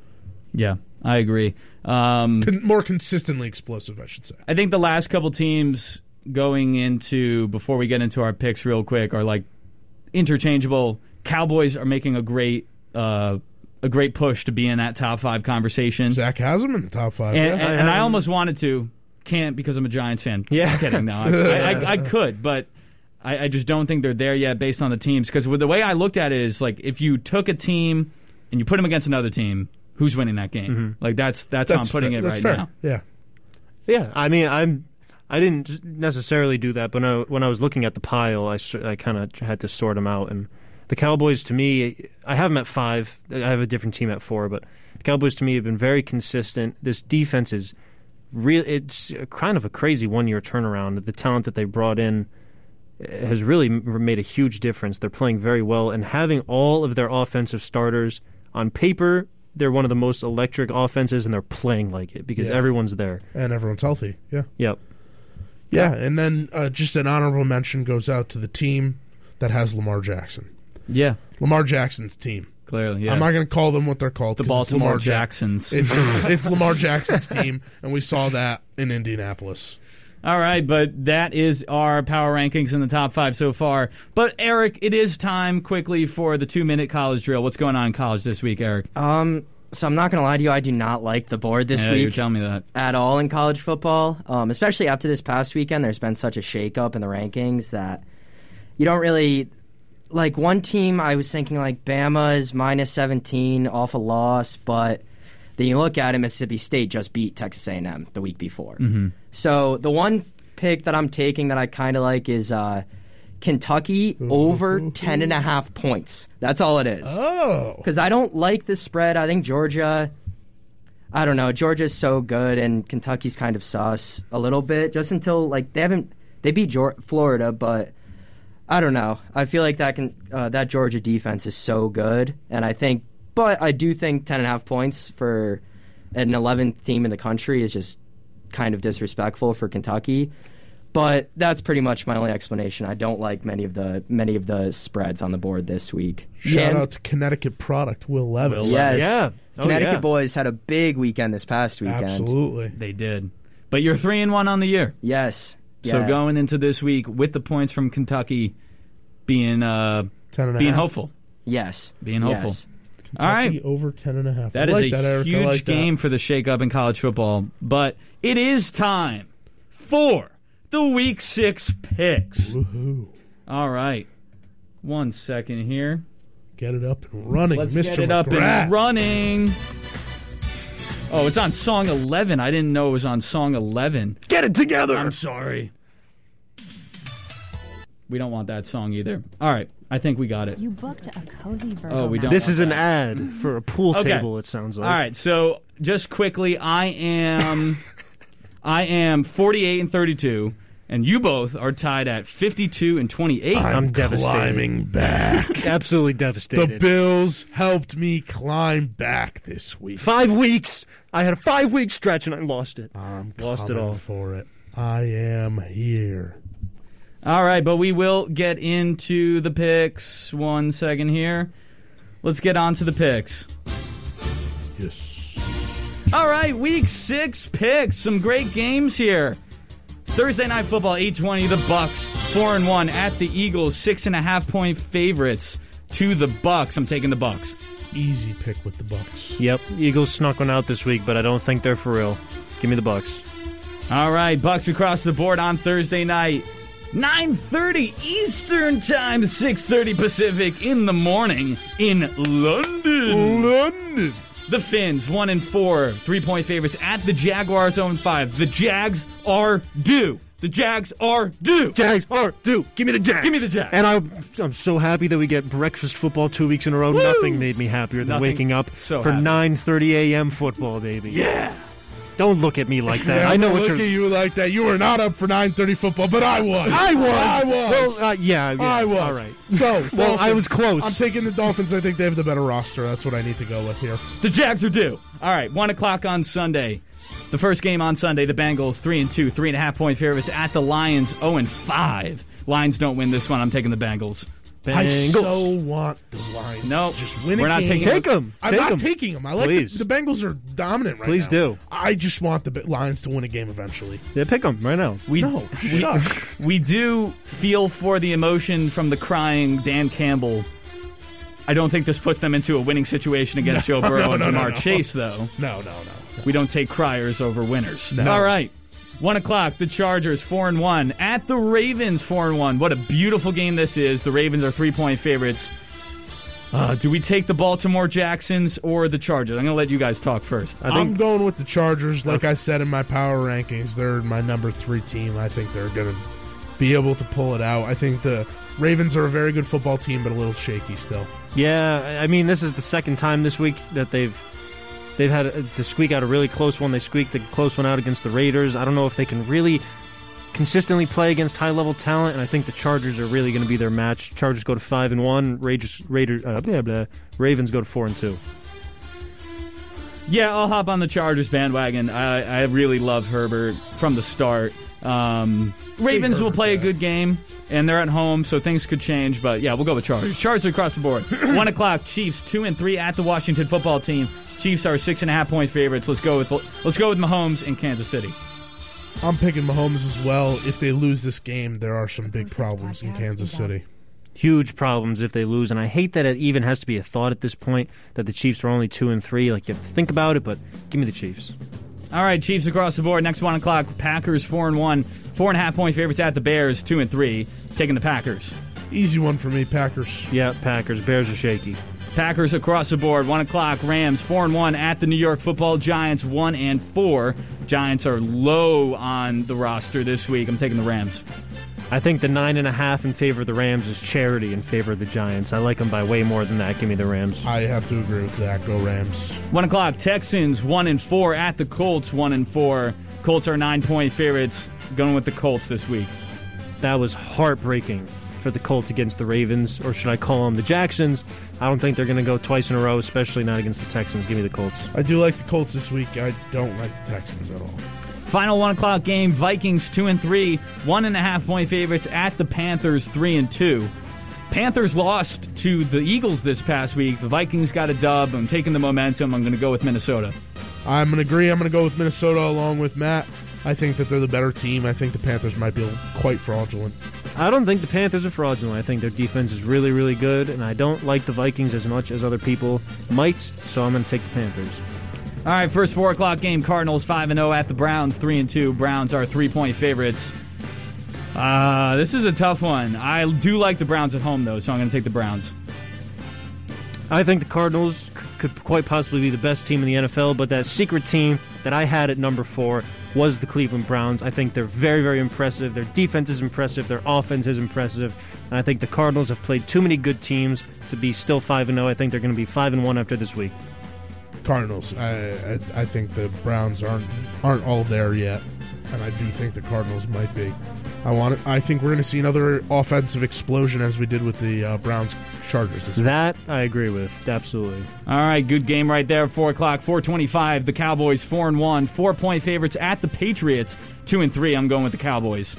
Speaker 1: Yeah, I agree. Um,
Speaker 2: Con- more consistently explosive, I should say.
Speaker 1: I think the last couple teams going into before we get into our picks real quick are like interchangeable. Cowboys are making a great uh, a great push to be in that top five conversation.
Speaker 2: Zach has them in the top five.
Speaker 1: And,
Speaker 2: yeah.
Speaker 1: and, and I almost wanted to, can't because I'm a Giants fan.
Speaker 3: Yeah.
Speaker 1: I'm kidding. No, I, I, I, I could, but I, I just don't think they're there yet based on the teams. Because the way I looked at it is like if you took a team and you put them against another team, who's winning that game? Like that's that's, how I'm putting
Speaker 2: fair-
Speaker 1: it
Speaker 2: Mm-hmm. that's
Speaker 1: right
Speaker 2: fair.
Speaker 1: now.
Speaker 2: Yeah.
Speaker 3: Yeah, I mean, I'm. I didn't necessarily do that, but when I, when I was looking at the pile, I, s- I kind of had to sort them out. And the Cowboys, to me, I have them at five. I have a different team at four, but the Cowboys, to me, have been very consistent. This defense is real. It's kind of a crazy one-year turnaround. The talent that they brought in eh, has really m- made a huge difference. They're playing very well, and having all of their offensive starters on paper, they're one of the most electric offenses, and they're playing like it because
Speaker 2: Yeah.
Speaker 3: everyone's there.
Speaker 2: And everyone's healthy. Yeah.
Speaker 3: Yep.
Speaker 2: Yeah. And then uh, just an honorable mention goes out to the team that has Lamar Jackson.
Speaker 1: Yeah,
Speaker 2: Lamar Jackson's team.
Speaker 1: clearly. Yeah.
Speaker 2: I'm not going to call them what they're called.
Speaker 1: the
Speaker 2: 'cause it's Lamar
Speaker 1: Baltimore
Speaker 2: Jack-
Speaker 1: Jacksons.
Speaker 2: It's, it's Lamar Jackson's team, and we saw that in Indianapolis.
Speaker 1: All right, but that is our power rankings in the top five so far. But Eric, it is time quickly for the two minute college drill. What's going on in college this week, Eric?
Speaker 4: Um, so I'm not gonna lie to you. I do not like the board this
Speaker 1: Yeah,
Speaker 4: week.
Speaker 1: you're telling me that.
Speaker 4: at all in college football, um, especially after this past weekend. There's been such a shakeup in the rankings that you don't really like. One team I was thinking like Bama is minus 17 off a loss, but then you look at it, Mississippi State just beat Texas A&M the week before.
Speaker 1: Mm-hmm.
Speaker 4: So the one pick that I'm taking that I kind of like is uh, Kentucky over 10 and a half points. That's all it is
Speaker 2: Oh.
Speaker 4: because I don't like this spread. I think Georgia. I don't know. Georgia's so good, and Kentucky's kind of sus a little bit. Just until like they haven't they beat Geor- Florida, but I don't know. I feel like that can uh, that Georgia defense is so good, and I think, but I do think ten and a half points for an 11th team in the country is just kind of disrespectful for Kentucky. But that's pretty much my only explanation. I don't like many of the many of the spreads on the board this week.
Speaker 2: Shout
Speaker 4: And-
Speaker 2: out to Connecticut product, Will Levis.
Speaker 4: Yes.
Speaker 3: Yeah. Oh,
Speaker 4: Connecticut
Speaker 3: yeah.
Speaker 4: boys had a big weekend this past weekend.
Speaker 2: Absolutely.
Speaker 1: They did. But you're three and one on the year.
Speaker 4: Yes.
Speaker 1: So
Speaker 4: Yeah.
Speaker 1: going into this week with the points from Kentucky being uh,
Speaker 2: 10 and a
Speaker 1: being
Speaker 2: half.
Speaker 1: hopeful.
Speaker 4: Yes.
Speaker 1: Being
Speaker 4: Yes.
Speaker 1: hopeful. All right.
Speaker 2: Kentucky Over 10 and a half.
Speaker 1: That
Speaker 2: I
Speaker 1: is
Speaker 2: like
Speaker 1: a
Speaker 2: that, Eric. I
Speaker 1: huge
Speaker 2: like that.
Speaker 1: game for the shakeup in college football. But it is time for the week six picks.
Speaker 2: Woohoo.
Speaker 1: All right. One second here.
Speaker 2: Get it up and running,
Speaker 1: Let's
Speaker 2: Mr.
Speaker 1: get it up
Speaker 2: McGrath.
Speaker 1: and running. Oh, it's on song 11. I didn't know it was on song 11.
Speaker 3: Get it together.
Speaker 1: I'm sorry. We don't want that song either. All right. I think we got it.
Speaker 9: You booked a cozy Virgo.
Speaker 1: Oh, we don't.
Speaker 9: night.
Speaker 3: This is an ad for a pool
Speaker 1: Okay.
Speaker 3: table. It sounds like.
Speaker 1: All right, so just quickly, I am, I am forty-eight and thirty-two, and you both are tied at fifty-two and twenty-eight.
Speaker 3: I'm devastated.
Speaker 2: climbing back.
Speaker 3: Absolutely
Speaker 2: the
Speaker 3: devastated.
Speaker 2: Bills helped me climb back this week.
Speaker 3: five weeks. I had a five week stretch and I lost it.
Speaker 2: I'm
Speaker 3: Lost it
Speaker 2: coming
Speaker 3: all.
Speaker 2: for it. I am here.
Speaker 1: All right, but we will get into the picks. One second here. Let's get on to the picks.
Speaker 2: Yes.
Speaker 1: All right, week six picks. Some great games here. Thursday night football, 820, the Bucks, four and one at the Eagles, six and a half point favorites to the Bucks. I'm taking the Bucks.
Speaker 2: Easy pick with the Bucks.
Speaker 3: Yep. Eagles snuck one out this week, but I don't think they're for real. Give me the Bucks.
Speaker 1: All right, Bucks across the board on Thursday night. 9:30 Eastern Time, 6:30 Pacific in the morning in London.
Speaker 2: London.
Speaker 1: The Finns, one and four, three point favorites at the Jaguars, 0 and five. The Jags are due. The Jags are due.
Speaker 3: Jags are due. Give me the Jags.
Speaker 1: Give me the Jags.
Speaker 3: And I'm, I'm so happy that we get breakfast football two weeks in a row. Nothing made me happier than
Speaker 1: Nothing
Speaker 3: waking up
Speaker 1: so
Speaker 3: for
Speaker 1: happy.
Speaker 3: 9:30 a.m. football, baby.
Speaker 1: Yeah.
Speaker 3: Don't look at me like that.
Speaker 2: Yeah,
Speaker 3: I
Speaker 2: I'm
Speaker 3: know
Speaker 2: gonna
Speaker 3: what
Speaker 2: look
Speaker 3: you're.
Speaker 2: at you like that. You were not up for 9:30 football, but I was.
Speaker 3: I was.
Speaker 2: I was.
Speaker 3: Well, uh, yeah, yeah.
Speaker 2: I was.
Speaker 3: All right.
Speaker 2: So,
Speaker 3: Well, I
Speaker 2: Dolphins.
Speaker 3: was close.
Speaker 2: I'm taking the Dolphins. I think they have the better roster. That's what I need to go with here.
Speaker 1: The Jags are due. All right, one o'clock on Sunday. The first game on Sunday, the Bengals three and two, three and a half point favorites at the Lions, zero and five. Lions don't win this one. I'm taking the Bengals.
Speaker 2: I
Speaker 3: Bengals.
Speaker 2: so want the Lions
Speaker 1: Nope.
Speaker 2: to just win.
Speaker 1: We're
Speaker 2: a
Speaker 1: not
Speaker 2: game.
Speaker 1: taking-
Speaker 3: Take 'em.
Speaker 2: I'm
Speaker 3: Take
Speaker 2: not
Speaker 3: 'em.
Speaker 2: taking them. I like
Speaker 3: Please.
Speaker 2: The, the Bengals are dominant right
Speaker 3: Please
Speaker 2: now.
Speaker 3: do.
Speaker 2: I just want the B- Lions to win a game eventually.
Speaker 3: yeah, pick them right now.
Speaker 1: We
Speaker 2: No,
Speaker 1: we,
Speaker 2: shut up.
Speaker 1: we do feel for the emotion from the crying Dan Campbell. I don't think this puts them into a winning situation against Joe Burrow
Speaker 2: no,
Speaker 1: and
Speaker 2: no,
Speaker 1: Jamar
Speaker 2: no, no.
Speaker 1: Chase, though.
Speaker 2: No, no, no.
Speaker 1: We don't take criers over winners. All right. One o'clock, the Chargers, four and one. At the Ravens, four and one. What a beautiful game this is. The Ravens are three point favorites. Uh, do we take the Baltimore Jacksons or the Chargers? I'm going to let you guys talk first.
Speaker 3: I think
Speaker 2: I'm going with the Chargers. Like I said in my power rankings, they're my number three team. I think they're going to be able to pull it out. I think the Ravens are a very good football team, but a little shaky still.
Speaker 3: Yeah, I- I mean, this is the second time this week that they've they've had a- to squeak out a really close one. They squeaked a close one out against the Raiders. I don't know if they can really consistently play against high level talent, and I think the Chargers are really going to be their match. Chargers go to five and one. Raiders, Raiders, uh, blah, blah, Ravens go to four and two.
Speaker 1: Yeah, I'll hop on the Chargers bandwagon. I, I really love Herbert from the start. Um, Ravens will
Speaker 2: Herbert
Speaker 1: play a
Speaker 2: guy.
Speaker 1: good game, and they're at home, so things could change. But yeah, we'll go with Chargers. Chargers across the board. One o'clock, Chiefs two and three at the Washington Football Team. Chiefs are six and a half point favorites. Let's go with let's go with Mahomes in Kansas City.
Speaker 2: I'm picking Mahomes as well. If they lose this game, there are some big problems in Kansas City.
Speaker 3: Huge problems if they lose, and I hate that it even has to be a thought at this point that the Chiefs are only two and three. Like you have to think about it, but give me the Chiefs.
Speaker 1: All right, Chiefs across the board. Next one o'clock, Packers four and one, four and a half point favorites at the Bears two and three, taking the Packers.
Speaker 2: Easy one for me, Packers.
Speaker 3: Yeah, Packers, Bears are shaky.
Speaker 1: Packers across the board, one o'clock. Rams four and one at the New York Football Giants, one and four. Giants are low on the roster this week. I'm taking the Rams.
Speaker 3: I think the nine and a half in favor of the Rams is charity in favor of the Giants. I like them by way more than that. Give me the Rams.
Speaker 2: I have to agree with Zach. Go Rams.
Speaker 1: One o'clock. Texans one and four at the Colts, one and four. Colts are nine point favorites. Going with the Colts this week.
Speaker 3: That was heartbreaking for the Colts against the Ravens, or should I call them the Jacksons? I don't think they're going to go twice in a row, especially not against the Texans. Give me the Colts.
Speaker 2: I do like the Colts this week. I don't like the Texans at all.
Speaker 1: Final one o'clock game. Vikings two and three, one and a half point favorites at the Panthers, three and two. Panthers lost to the Eagles this past week. The Vikings got a dub. I'm taking the momentum. I'm going to go with Minnesota.
Speaker 2: I'm gonna agree. I'm gonna go with Minnesota along with Matt. I think that they're the better team. I think the Panthers might be quite fraudulent.
Speaker 3: I don't think the Panthers are fraudulent. I think their defense is really, really good, and I don't like the Vikings as much as other people might, so I'm going to take the Panthers.
Speaker 1: All right, first four o'clock game. Cardinals five and zero at the Browns three and two. Browns are three point favorites. Uh, this is a tough one. I do like the Browns at home though, so I'm going to take the Browns.
Speaker 3: I think the Cardinals c- could quite possibly be the best team in the NFL, but that secret team that I had at number four was the Cleveland Browns. I think they're very, very impressive. Their defense is impressive. Their offense is impressive, and I think the Cardinals have played too many good teams to be still five and zero. I think they're going to be five and one after this week.
Speaker 2: Cardinals. I, I I think the Browns aren't aren't all there yet, and I do think the Cardinals might be. I want. I think we're gonna see another offensive explosion as we did with the uh, Browns Chargers. This week.
Speaker 3: That I agree with absolutely.
Speaker 1: All right, good game right there. Four o'clock, four twenty-five. The Cowboys four and one, four point favorites at the Patriots two and three. I'm going with the Cowboys.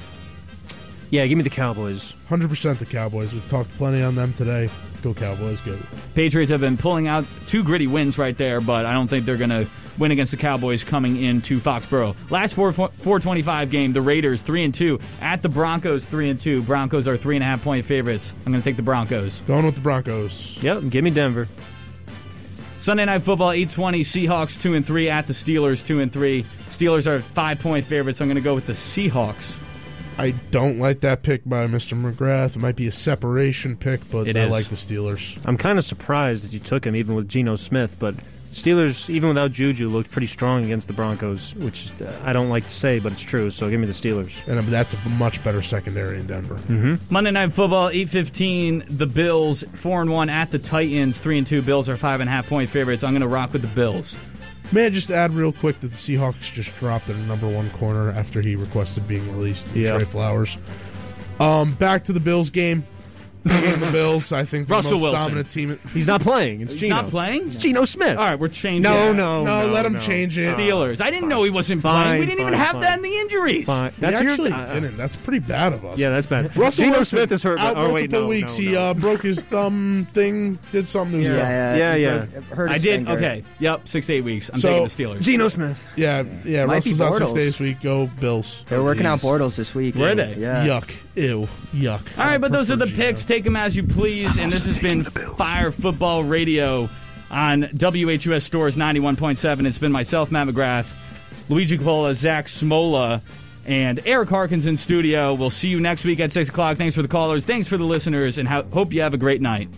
Speaker 3: Yeah, give me the Cowboys.
Speaker 2: Hundred percent the Cowboys. We've talked plenty on them today. Go Cowboys. Go.
Speaker 1: Patriots have been pulling out two gritty wins right there, but I don't think they're going to win against the Cowboys coming into Foxborough. Last 4 425 game, the Raiders 3 and 2 at the Broncos 3 and 2. Broncos are 3.5 point favorites. I'm going to take the Broncos.
Speaker 2: Going with the Broncos.
Speaker 3: Yep, give me Denver.
Speaker 1: Sunday Night Football 820, Seahawks 2 and 3 at the Steelers 2 and 3. Steelers are 5 point favorites. I'm going to go with the Seahawks.
Speaker 2: I don't like that pick by Mr. McGrath. It might be a separation pick, but
Speaker 1: It
Speaker 2: I
Speaker 1: is.
Speaker 2: like the Steelers.
Speaker 3: I'm kind of surprised that you took him, even with Geno Smith, but Steelers, even without Juju, looked pretty strong against the Broncos, which uh, I don't like to say, but it's true. So give me the Steelers.
Speaker 2: And that's a much better secondary in Denver.
Speaker 1: Monday Night Football, 8.15, the Bills, 4 and 1 at the Titans, 3 and 2. Bills are 5.5 point favorites. I'm going to rock with the Bills.
Speaker 2: May I just add real quick that the Seahawks just dropped their number one corner after he requested being released.
Speaker 3: Yeah.
Speaker 2: Trey Flowers. Um, back to the Bills game. the Bills, I think, the
Speaker 1: Russell
Speaker 2: most
Speaker 1: Wilson.
Speaker 2: dominant team.
Speaker 3: He's not playing. It's Geno.
Speaker 1: Not playing?
Speaker 3: It's Geno Smith.
Speaker 1: All right, we're changing.
Speaker 3: No, Oh, no,
Speaker 2: no,
Speaker 3: no,
Speaker 2: let him
Speaker 3: no.
Speaker 2: change it.
Speaker 1: Steelers. I didn't know he wasn't
Speaker 3: Oh, Fine,
Speaker 1: playing. We didn't even
Speaker 3: fine,
Speaker 1: have
Speaker 3: fine.
Speaker 1: that in the injuries.
Speaker 3: Fine. That's
Speaker 2: he
Speaker 3: your-
Speaker 2: actually
Speaker 3: uh,
Speaker 2: didn't. That's pretty bad of us.
Speaker 3: yeah, that's bad.
Speaker 2: Russell
Speaker 3: Geno
Speaker 2: Wilson,
Speaker 3: Smith is hurt.
Speaker 2: Out
Speaker 3: but, or wait,
Speaker 2: multiple
Speaker 3: no,
Speaker 2: weeks.
Speaker 3: no,
Speaker 2: he
Speaker 3: no.
Speaker 2: uh, broke his thumb thing. Did something. to his thumb.
Speaker 4: Yeah,
Speaker 3: Yeah,
Speaker 4: yeah,
Speaker 3: yeah.
Speaker 4: Hurt- hurt
Speaker 1: I
Speaker 4: his
Speaker 1: did.
Speaker 4: finger.
Speaker 1: Okay. Yep. Six to eight weeks. I'm
Speaker 2: So-
Speaker 1: taking the Steelers.
Speaker 3: Geno Smith.
Speaker 2: Yeah, yeah.
Speaker 4: Might be
Speaker 2: Russell's out six
Speaker 4: Bortles.
Speaker 2: days this week. Go Bills.
Speaker 4: They're working out
Speaker 2: Please.
Speaker 4: Bortles this week.
Speaker 1: Were they?
Speaker 3: uh,
Speaker 4: Yeah.
Speaker 2: Yuck. Ew. Yuck.
Speaker 1: All right, but those are the
Speaker 2: Prefer Geno.
Speaker 1: picks. Take them as you please. And this has been Fire Football Radio on WHUS Stores 91.7. It's been myself, Matt McGrath, Luigi Coppola, Zach Smola, and Eric Harkins in studio. We'll see you next week at 6 o'clock. Thanks for the callers. Thanks for the listeners. And ho- hope you have a great night.